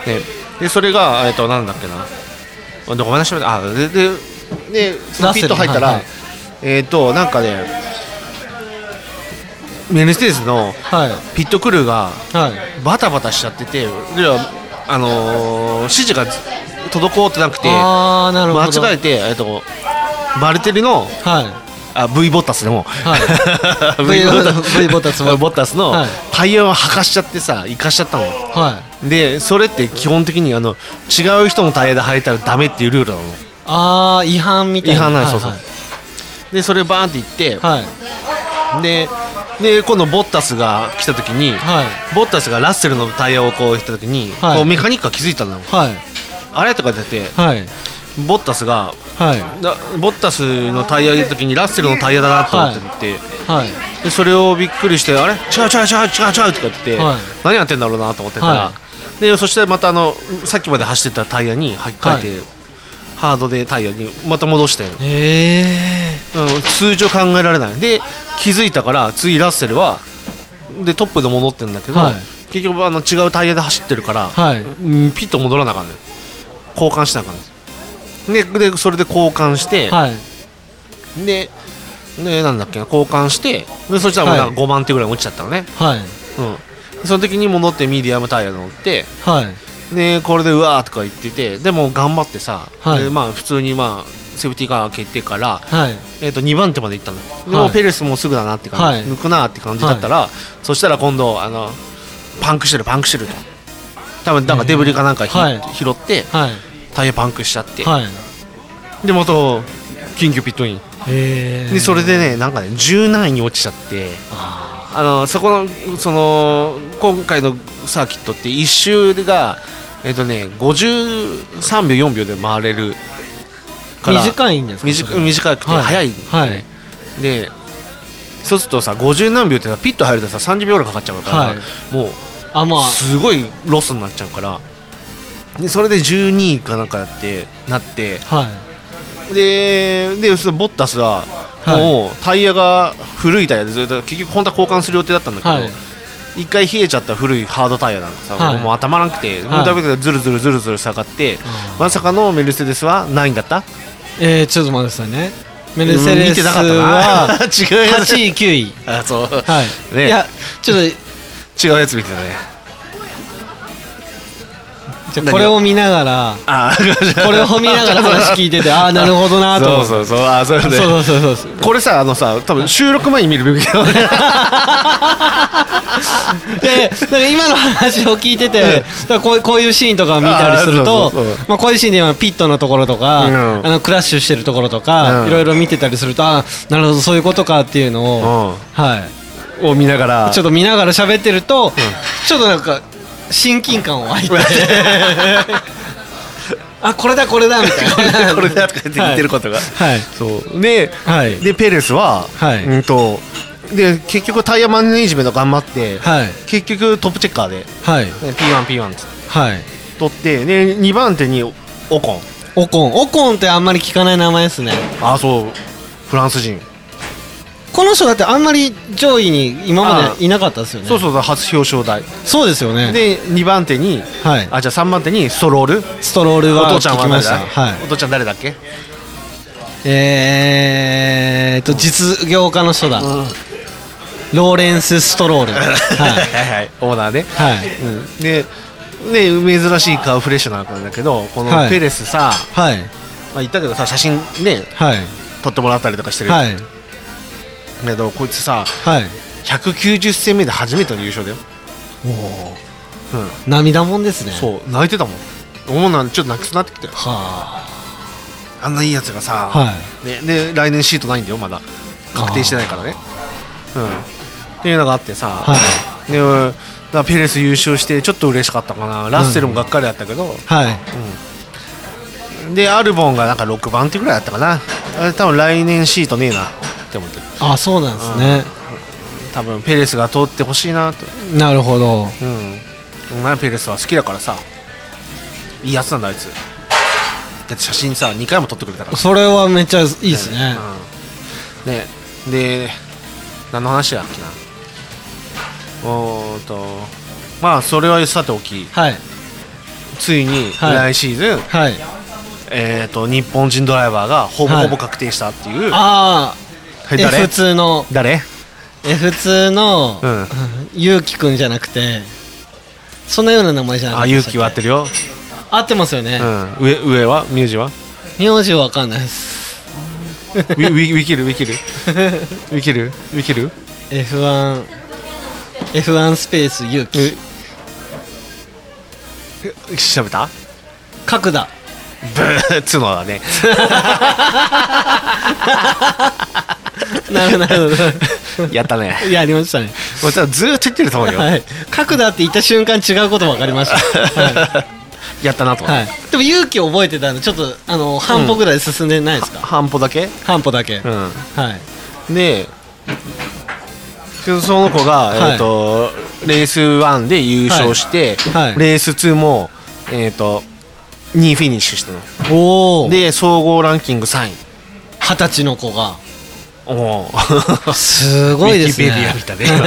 ででそれがえっ、となんだっけなあでごめんなさいあでででそのラッセピルット入ったら、はいはいえっ、となんかねメルセデスのはいピットクルーがはいバタバタしちゃってて要はあのー指示が滞ってなくてああなるほど間違えてて、えっとバルテリのはいあ V ボッタスでも、はい v, ボッタ V ボッタスも ボッタスのはいタイヤを履かしちゃってさ生かしちゃったのはいでそれって基本的にあの違う人のタイヤで履いたらダメっていうルールなのああ違反みたいな違反なのそうそうはいでそれバーンって言って、はいでで今度ボッタスが来た時に、はいボッタスがラッセルのタイヤをこう来た時に、はいこうメカニックが気づいたのはいあれとか出てはいボッタスがはいだボッタスのタイヤ入れた時にラッセルのタイヤだなと思って、はいでそれをびっくりしてあれ違う違う違う違う違うとか言って、はい何やってんだろうなと思ってたら、はでそしてまたあのさっきまで走ってたタイヤに履き替えて、ハードでタイヤにまた戻して、うん、ええ通常考えられないで気づいたから次ラッセルはでトップで戻ってるんだけど、はい結局あの違うタイヤで走ってるから、はいうんピッと戻らなあかんねん交換しなあかんねんででそれで交換して、はいででなんだっけな交換してでそしたらもうなんか5番手ぐらいに落ちちゃったのね、はいうん、その時に戻ってミディアムタイヤ乗ってはいでこれでうわーとか言っててでも頑張ってさ、はいでまあ、普通に、まあ、セーフティーカー開けてから、はいえー、と2番手まで行ったの、ではいもペレスもうすぐだなって感じ、はい抜くなって感じだったら、そしたら今度あのパンクしてるパンクしてると多分なんかデブリかなんかひ、はい拾ってはいタイヤパンクしちゃって、はいでまた緊急ピットインええでそれでねなんかね10何位に落ちちゃってあのそこのその今回のサーキットって1周がえっとね53秒4秒で回れるから短いんですか短それ短くてはい早い、はいでそうするとさ50何秒ってさピット入るとさ30秒ぐらいかかっちゃうから、はいもうあまあすごいロスになっちゃうからでそれで12位かなんかやってなってはいででそのボッタスはもうタイヤが古いタイヤでずっと結局本当は交換する予定だったんだけど、はい一回冷えちゃった古いハードタイヤなんかさ、はいもう頭なくて、もうダメだずるずるずるずる下がって、まさかのメルセデスはないんだったえー、ちょっと待ってくださいねメルセデスは見てなかったな 違うやつ8位9位あそう、はい、ねいやちょっと違うやつ見てたねじゃあこれを見ながらあ ーこれを見ながら話聞いて てああなるほどなとそ思うそうそうあーそういううねそうそうそうそうこれさあのさ多分収録前に見るべきだよね いやいやだから今の話を聞いててだからこうこういうシーンとかを見たりするあとーそうそうそまあこういうシーンで今ピットのところとか、うんあのクラッシュしてるところとか、うんいろいろ見てたりするとあーなるほどそういうことかっていうのを、うんはを見ながらい、ちょっと見ながら喋ってると、ちょっとなんか親近感湧いて あこれだこれだみたいな これだとか言って言ってることが、はいそうで、はいでペレスは、はいうんとで結局タイヤマネジメント頑張って、はい結局トップチェッカーで、ね、はい P1P1 つってはい取ってで2番手にオコンオコンオコンってあんまり聞かない名前ですねああそうフランス人、この人だってあんまり上位に今までいなかったですよねそうそうそう初表彰台、そうですよねで2番手に、はいあじゃあ3番手にストロールストロールおは父聞ちゃんはきま誰しただ、はいお父ちゃん誰だっけえーっと実業家の人だローレンス・スト ロールはい はいはいオーナーね、はいうん、でで珍しい顔フレッシュな子なんだけどこのはいペレスさ、はいまあ、言ったけどさ写真ねはい撮ってもらったりとかしてる、はいけどこいつさはい190戦目で初めての優勝だよ涙もんですねそう泣いてたもん思うなんちょっと泣きそうになってきたよはあんないいやつがさ、あはいね、で来年シートないんだよまだ確定してないからねうんっていうのがあってさ、はでだからペレス優勝してちょっと嬉しかったかなラッセルもがっかりだったけど、はいでアルボンがなんか6番手ぐらいだったかなあれ多分来年シートねえなって思ってるあそうなんですね多分ペレスが通ってほしいなとなるほどうんお前ペレスは好きだからさいいやつなんだあいつだって写真さ2回も撮ってくれたからそれはめっちゃいいですねうん、ねで何の話だっけなおーっとまあそれはさておきはいついにはい来シーズン、はいえー、と日本人ドライバーがほぼほぼ確定したっていう、ああえ誰 F2 の誰 F2 のうんゆうきくんじゃなくてそんなような名前じゃなあい勇気は合ってるよ、合ってますよねうん、上上はミュ ージは名字はわかんないですウィウィウィキルウ ィキルウィキルウィキル F1 F1 スペース勇気え調べた角 田ブー角だね なるほどなる ほやったねどいやありましたねもうただずーっと言ってると思うよ、はい角田って言った瞬間違うこと分かりましたは やったなとい、思って、はい、でも勇気覚えてたんでちょっとあの半歩ぐらい進んでないですか、半歩だけ半歩だけ、うはいんでその子が、はいえー、とレース1で優勝して、はいはいレース2も、えー、と2位フィニッシュしたのおおでで総合ランキング3位二十歳の子がおお すごいですねウィキペディア見たね今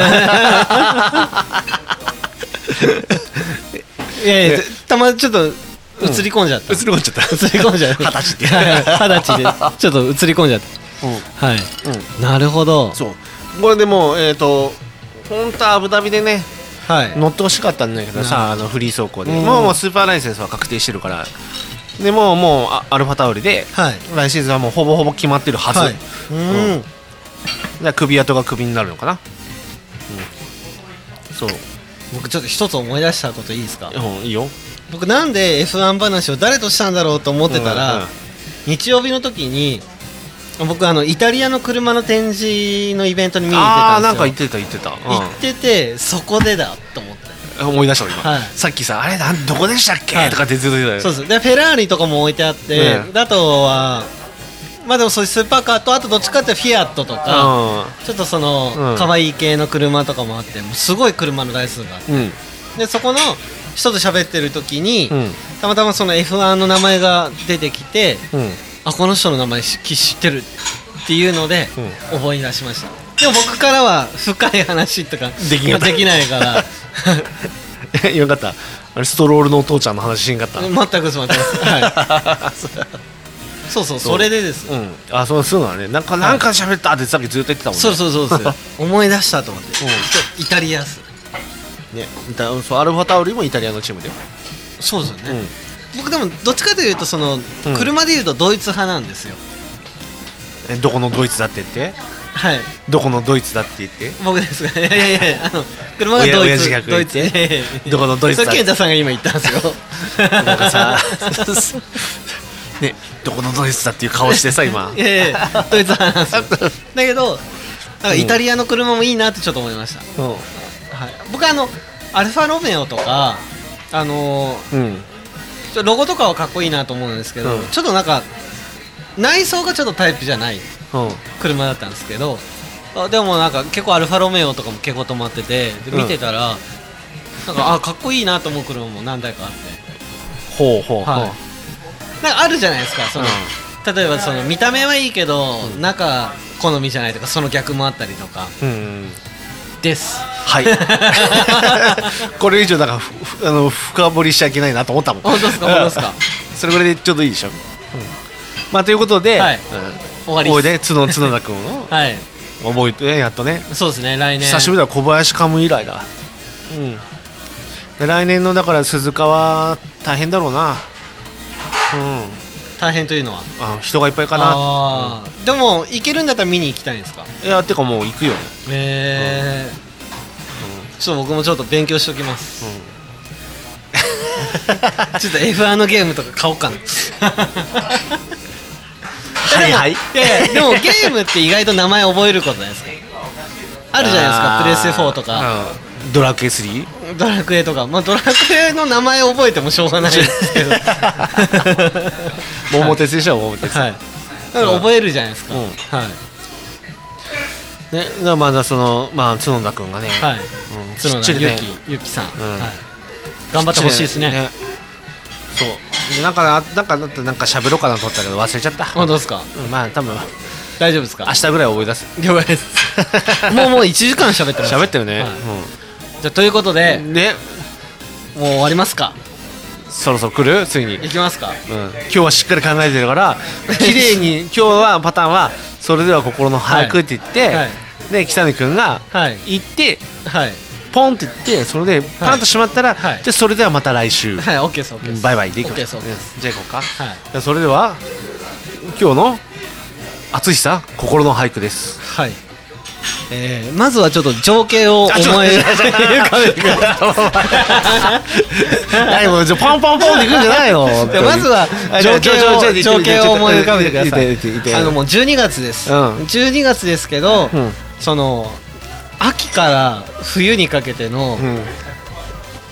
いやいやたまちょっと映り込んじゃった、映り込んじゃった映り込んじゃった二十歳ってはいはい二十歳でちょっと映り込んじゃった、うんはい、なるほどそうこれでもうえっ、と本当はアブダビでねはい乗ってほしかったんだけどさあのフリー走行でもうもうスーパーライセンスは確定してるからでもうもうあアルファタオルで、はい来シーズンはもうほぼほぼ決まってるはず、はいうんだから首跡が首になるのかな、うん、そう僕ちょっと一つ思い出したこといいですかうんいいよ僕なんで F1 話を誰としたんだろうと思ってたら、うんうん日曜日の時に僕あのイタリアの車の展示のイベントに見に行ってたああんですーなよんか言ってた言ってた、行っててそこでだと思ってうん、思い出した俺今、はいさっきさあれなんどこでしたっけ、はいとかってずっと言ってたそうよですでフェラーリとかも置いてあって、うんであとはまあでもそういうスーパーカーとあとどっちかっていうとフィアットとか、ちょっとその、うん可愛い系の車とかもあってもうすごい車の台数があってうんうんでそこの人と喋ってる時に、うんたまたまその F1 の名前が出てきて、うんあこの人の名前知知ってるっていうので、思い出しましたでも僕からは深い話とかできなかったできないから よかったあれストロールのお父ちゃんの話しんかった、全くです全くです、はい、 そうそうそれでですうん、あそうそうなのねなんかなんか喋ったってさっきずっと言ってたもんねそうそうそうです思い出したと思って、うんイタリアっすねイタそうアルファタオルもイタリアのチームだよそうですよね、僕でもどっちかというとその、車でいうとドイツ派なんですよえどこのドイツだって言ってはいどこのドイツだって言って僕ですがいやいやいやあの車がドイ親ツ父がドイツ言っいやいやいやどこのドイツだそれ健太さんが今言ったんです よなんかさねどこのドイツだっていう顔してさ今いやいやドイツ派なんですよだけどなんかイタリアの車もいいなってちょっと思いました、はい、僕あのアルファロメオとかあのーうんちょロゴとかはかっこいいなと思うんですけど、ちょっとなんか内装がちょっとタイプじゃない車だったんですけど、あでもなんか結構アルファロメオとかも結構止まっててで見てたら、なんかあかっこいいなと思う車も何台かあって、ほうほうほう、はい、なんかあるじゃないですかその、例えばその見た目はいいけど、中好みじゃないとかその逆もあったりとかうんですはい これ以上だからふふあの深掘りしちゃいけないなと思ったもん本当ですかうん本当ですかそれぐらいでちょうどいいでしょ、うんまあということで、はい終わりおいですで角角田君のはい覚えてねやっとねそうですね来年久しぶりだ小林カム以来だうんで来年のだから鈴鹿は大変だろうなうん大変というのはあ人がいっぱいかなあーでも行けるんだったら見に行きたいんですかいやてかもう行くよえーちょっと僕もちょっと勉強しておきます、 ちょっと F1 のゲームとか買おうかな はいはいやいやでもゲームって意外と名前覚えることじゃないですかあるじゃないですかプレステ4とかうんドラクエ3ドラクエとか、まあ、ドラクエの名前覚えてもしょうがないです けど桃鉄でしょ桃鉄はいだから覚えるじゃないですか、うんはいねだからまだそのまあ角田君がねはい、うん角知田ってるゆねきゆきさん、んはい、頑張ってほしいですねそうでなんかななんかなんかなんか喋ろうかなと思ったけど忘れちゃった本当ですかうんまあ多分大丈夫ですか明日ぐらい思い出す了解ですもうもう1時間喋ってます喋ったよねはいじゃあということでうんねもう終わりますかそろそろ来るついにいきますかうん今日はしっかり考えてる から綺麗に今日はパターンはそれでは心の把握って言って、はいはいで北野君がはい行ってはいポンって言ってそれでパンと閉まったら、はいじゃあそれではまた来週、はい OK です OK ですバイバイでいき OK までしすょう OK ですうんじゃあ行こうかはいじゃあそれでは今日の熱いさ心の俳 句ですはいえー、まずはちょっと情景を思いあちょっと浮ちょっとかべちょっとてくださはいもうじゃあポンポンポンっていくんじゃないのいいやまずはあじゃ情あ景ちょをちょちょ情景を思い浮かべてくださいいっていいっていいっていあのもう12月です、うん12月ですけど、んその秋から冬にかけての、うん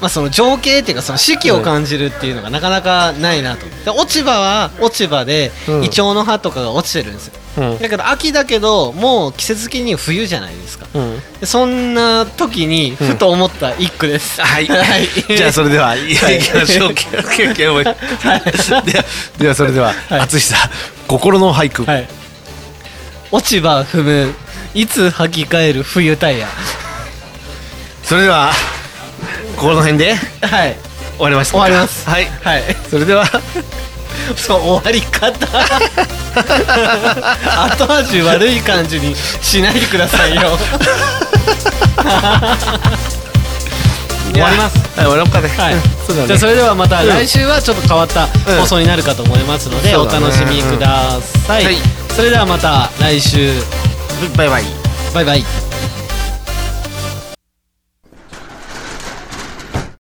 まあ、その情景っていうかその四季を感じるっていうのがなかなかないなとで落ち葉は落ち葉でうんイチョウの葉とかが落ちてるんですよ、うんだけど秋だけどもう季節的に冬じゃないですかうんでそんな時にふと思った一句です、はい、 じゃあそれでは、い、行きましょう。休憩をではではそれでは、い淳さん、心の俳句。はい、落ち葉踏むいつ履き替える冬タイヤそれでは、この辺ではい終わりました。終わりますはい、はいそれでは、そう終わり方 後味悪い感じにしないでくださいよ終わります はい、終わろうかね。はい、そうだねじゃあそれではまた来週はちょっと変わったうん放送になるかと思いますので、そおうだね楽しみください、はいそれではまた来週バイバイ。バイバイ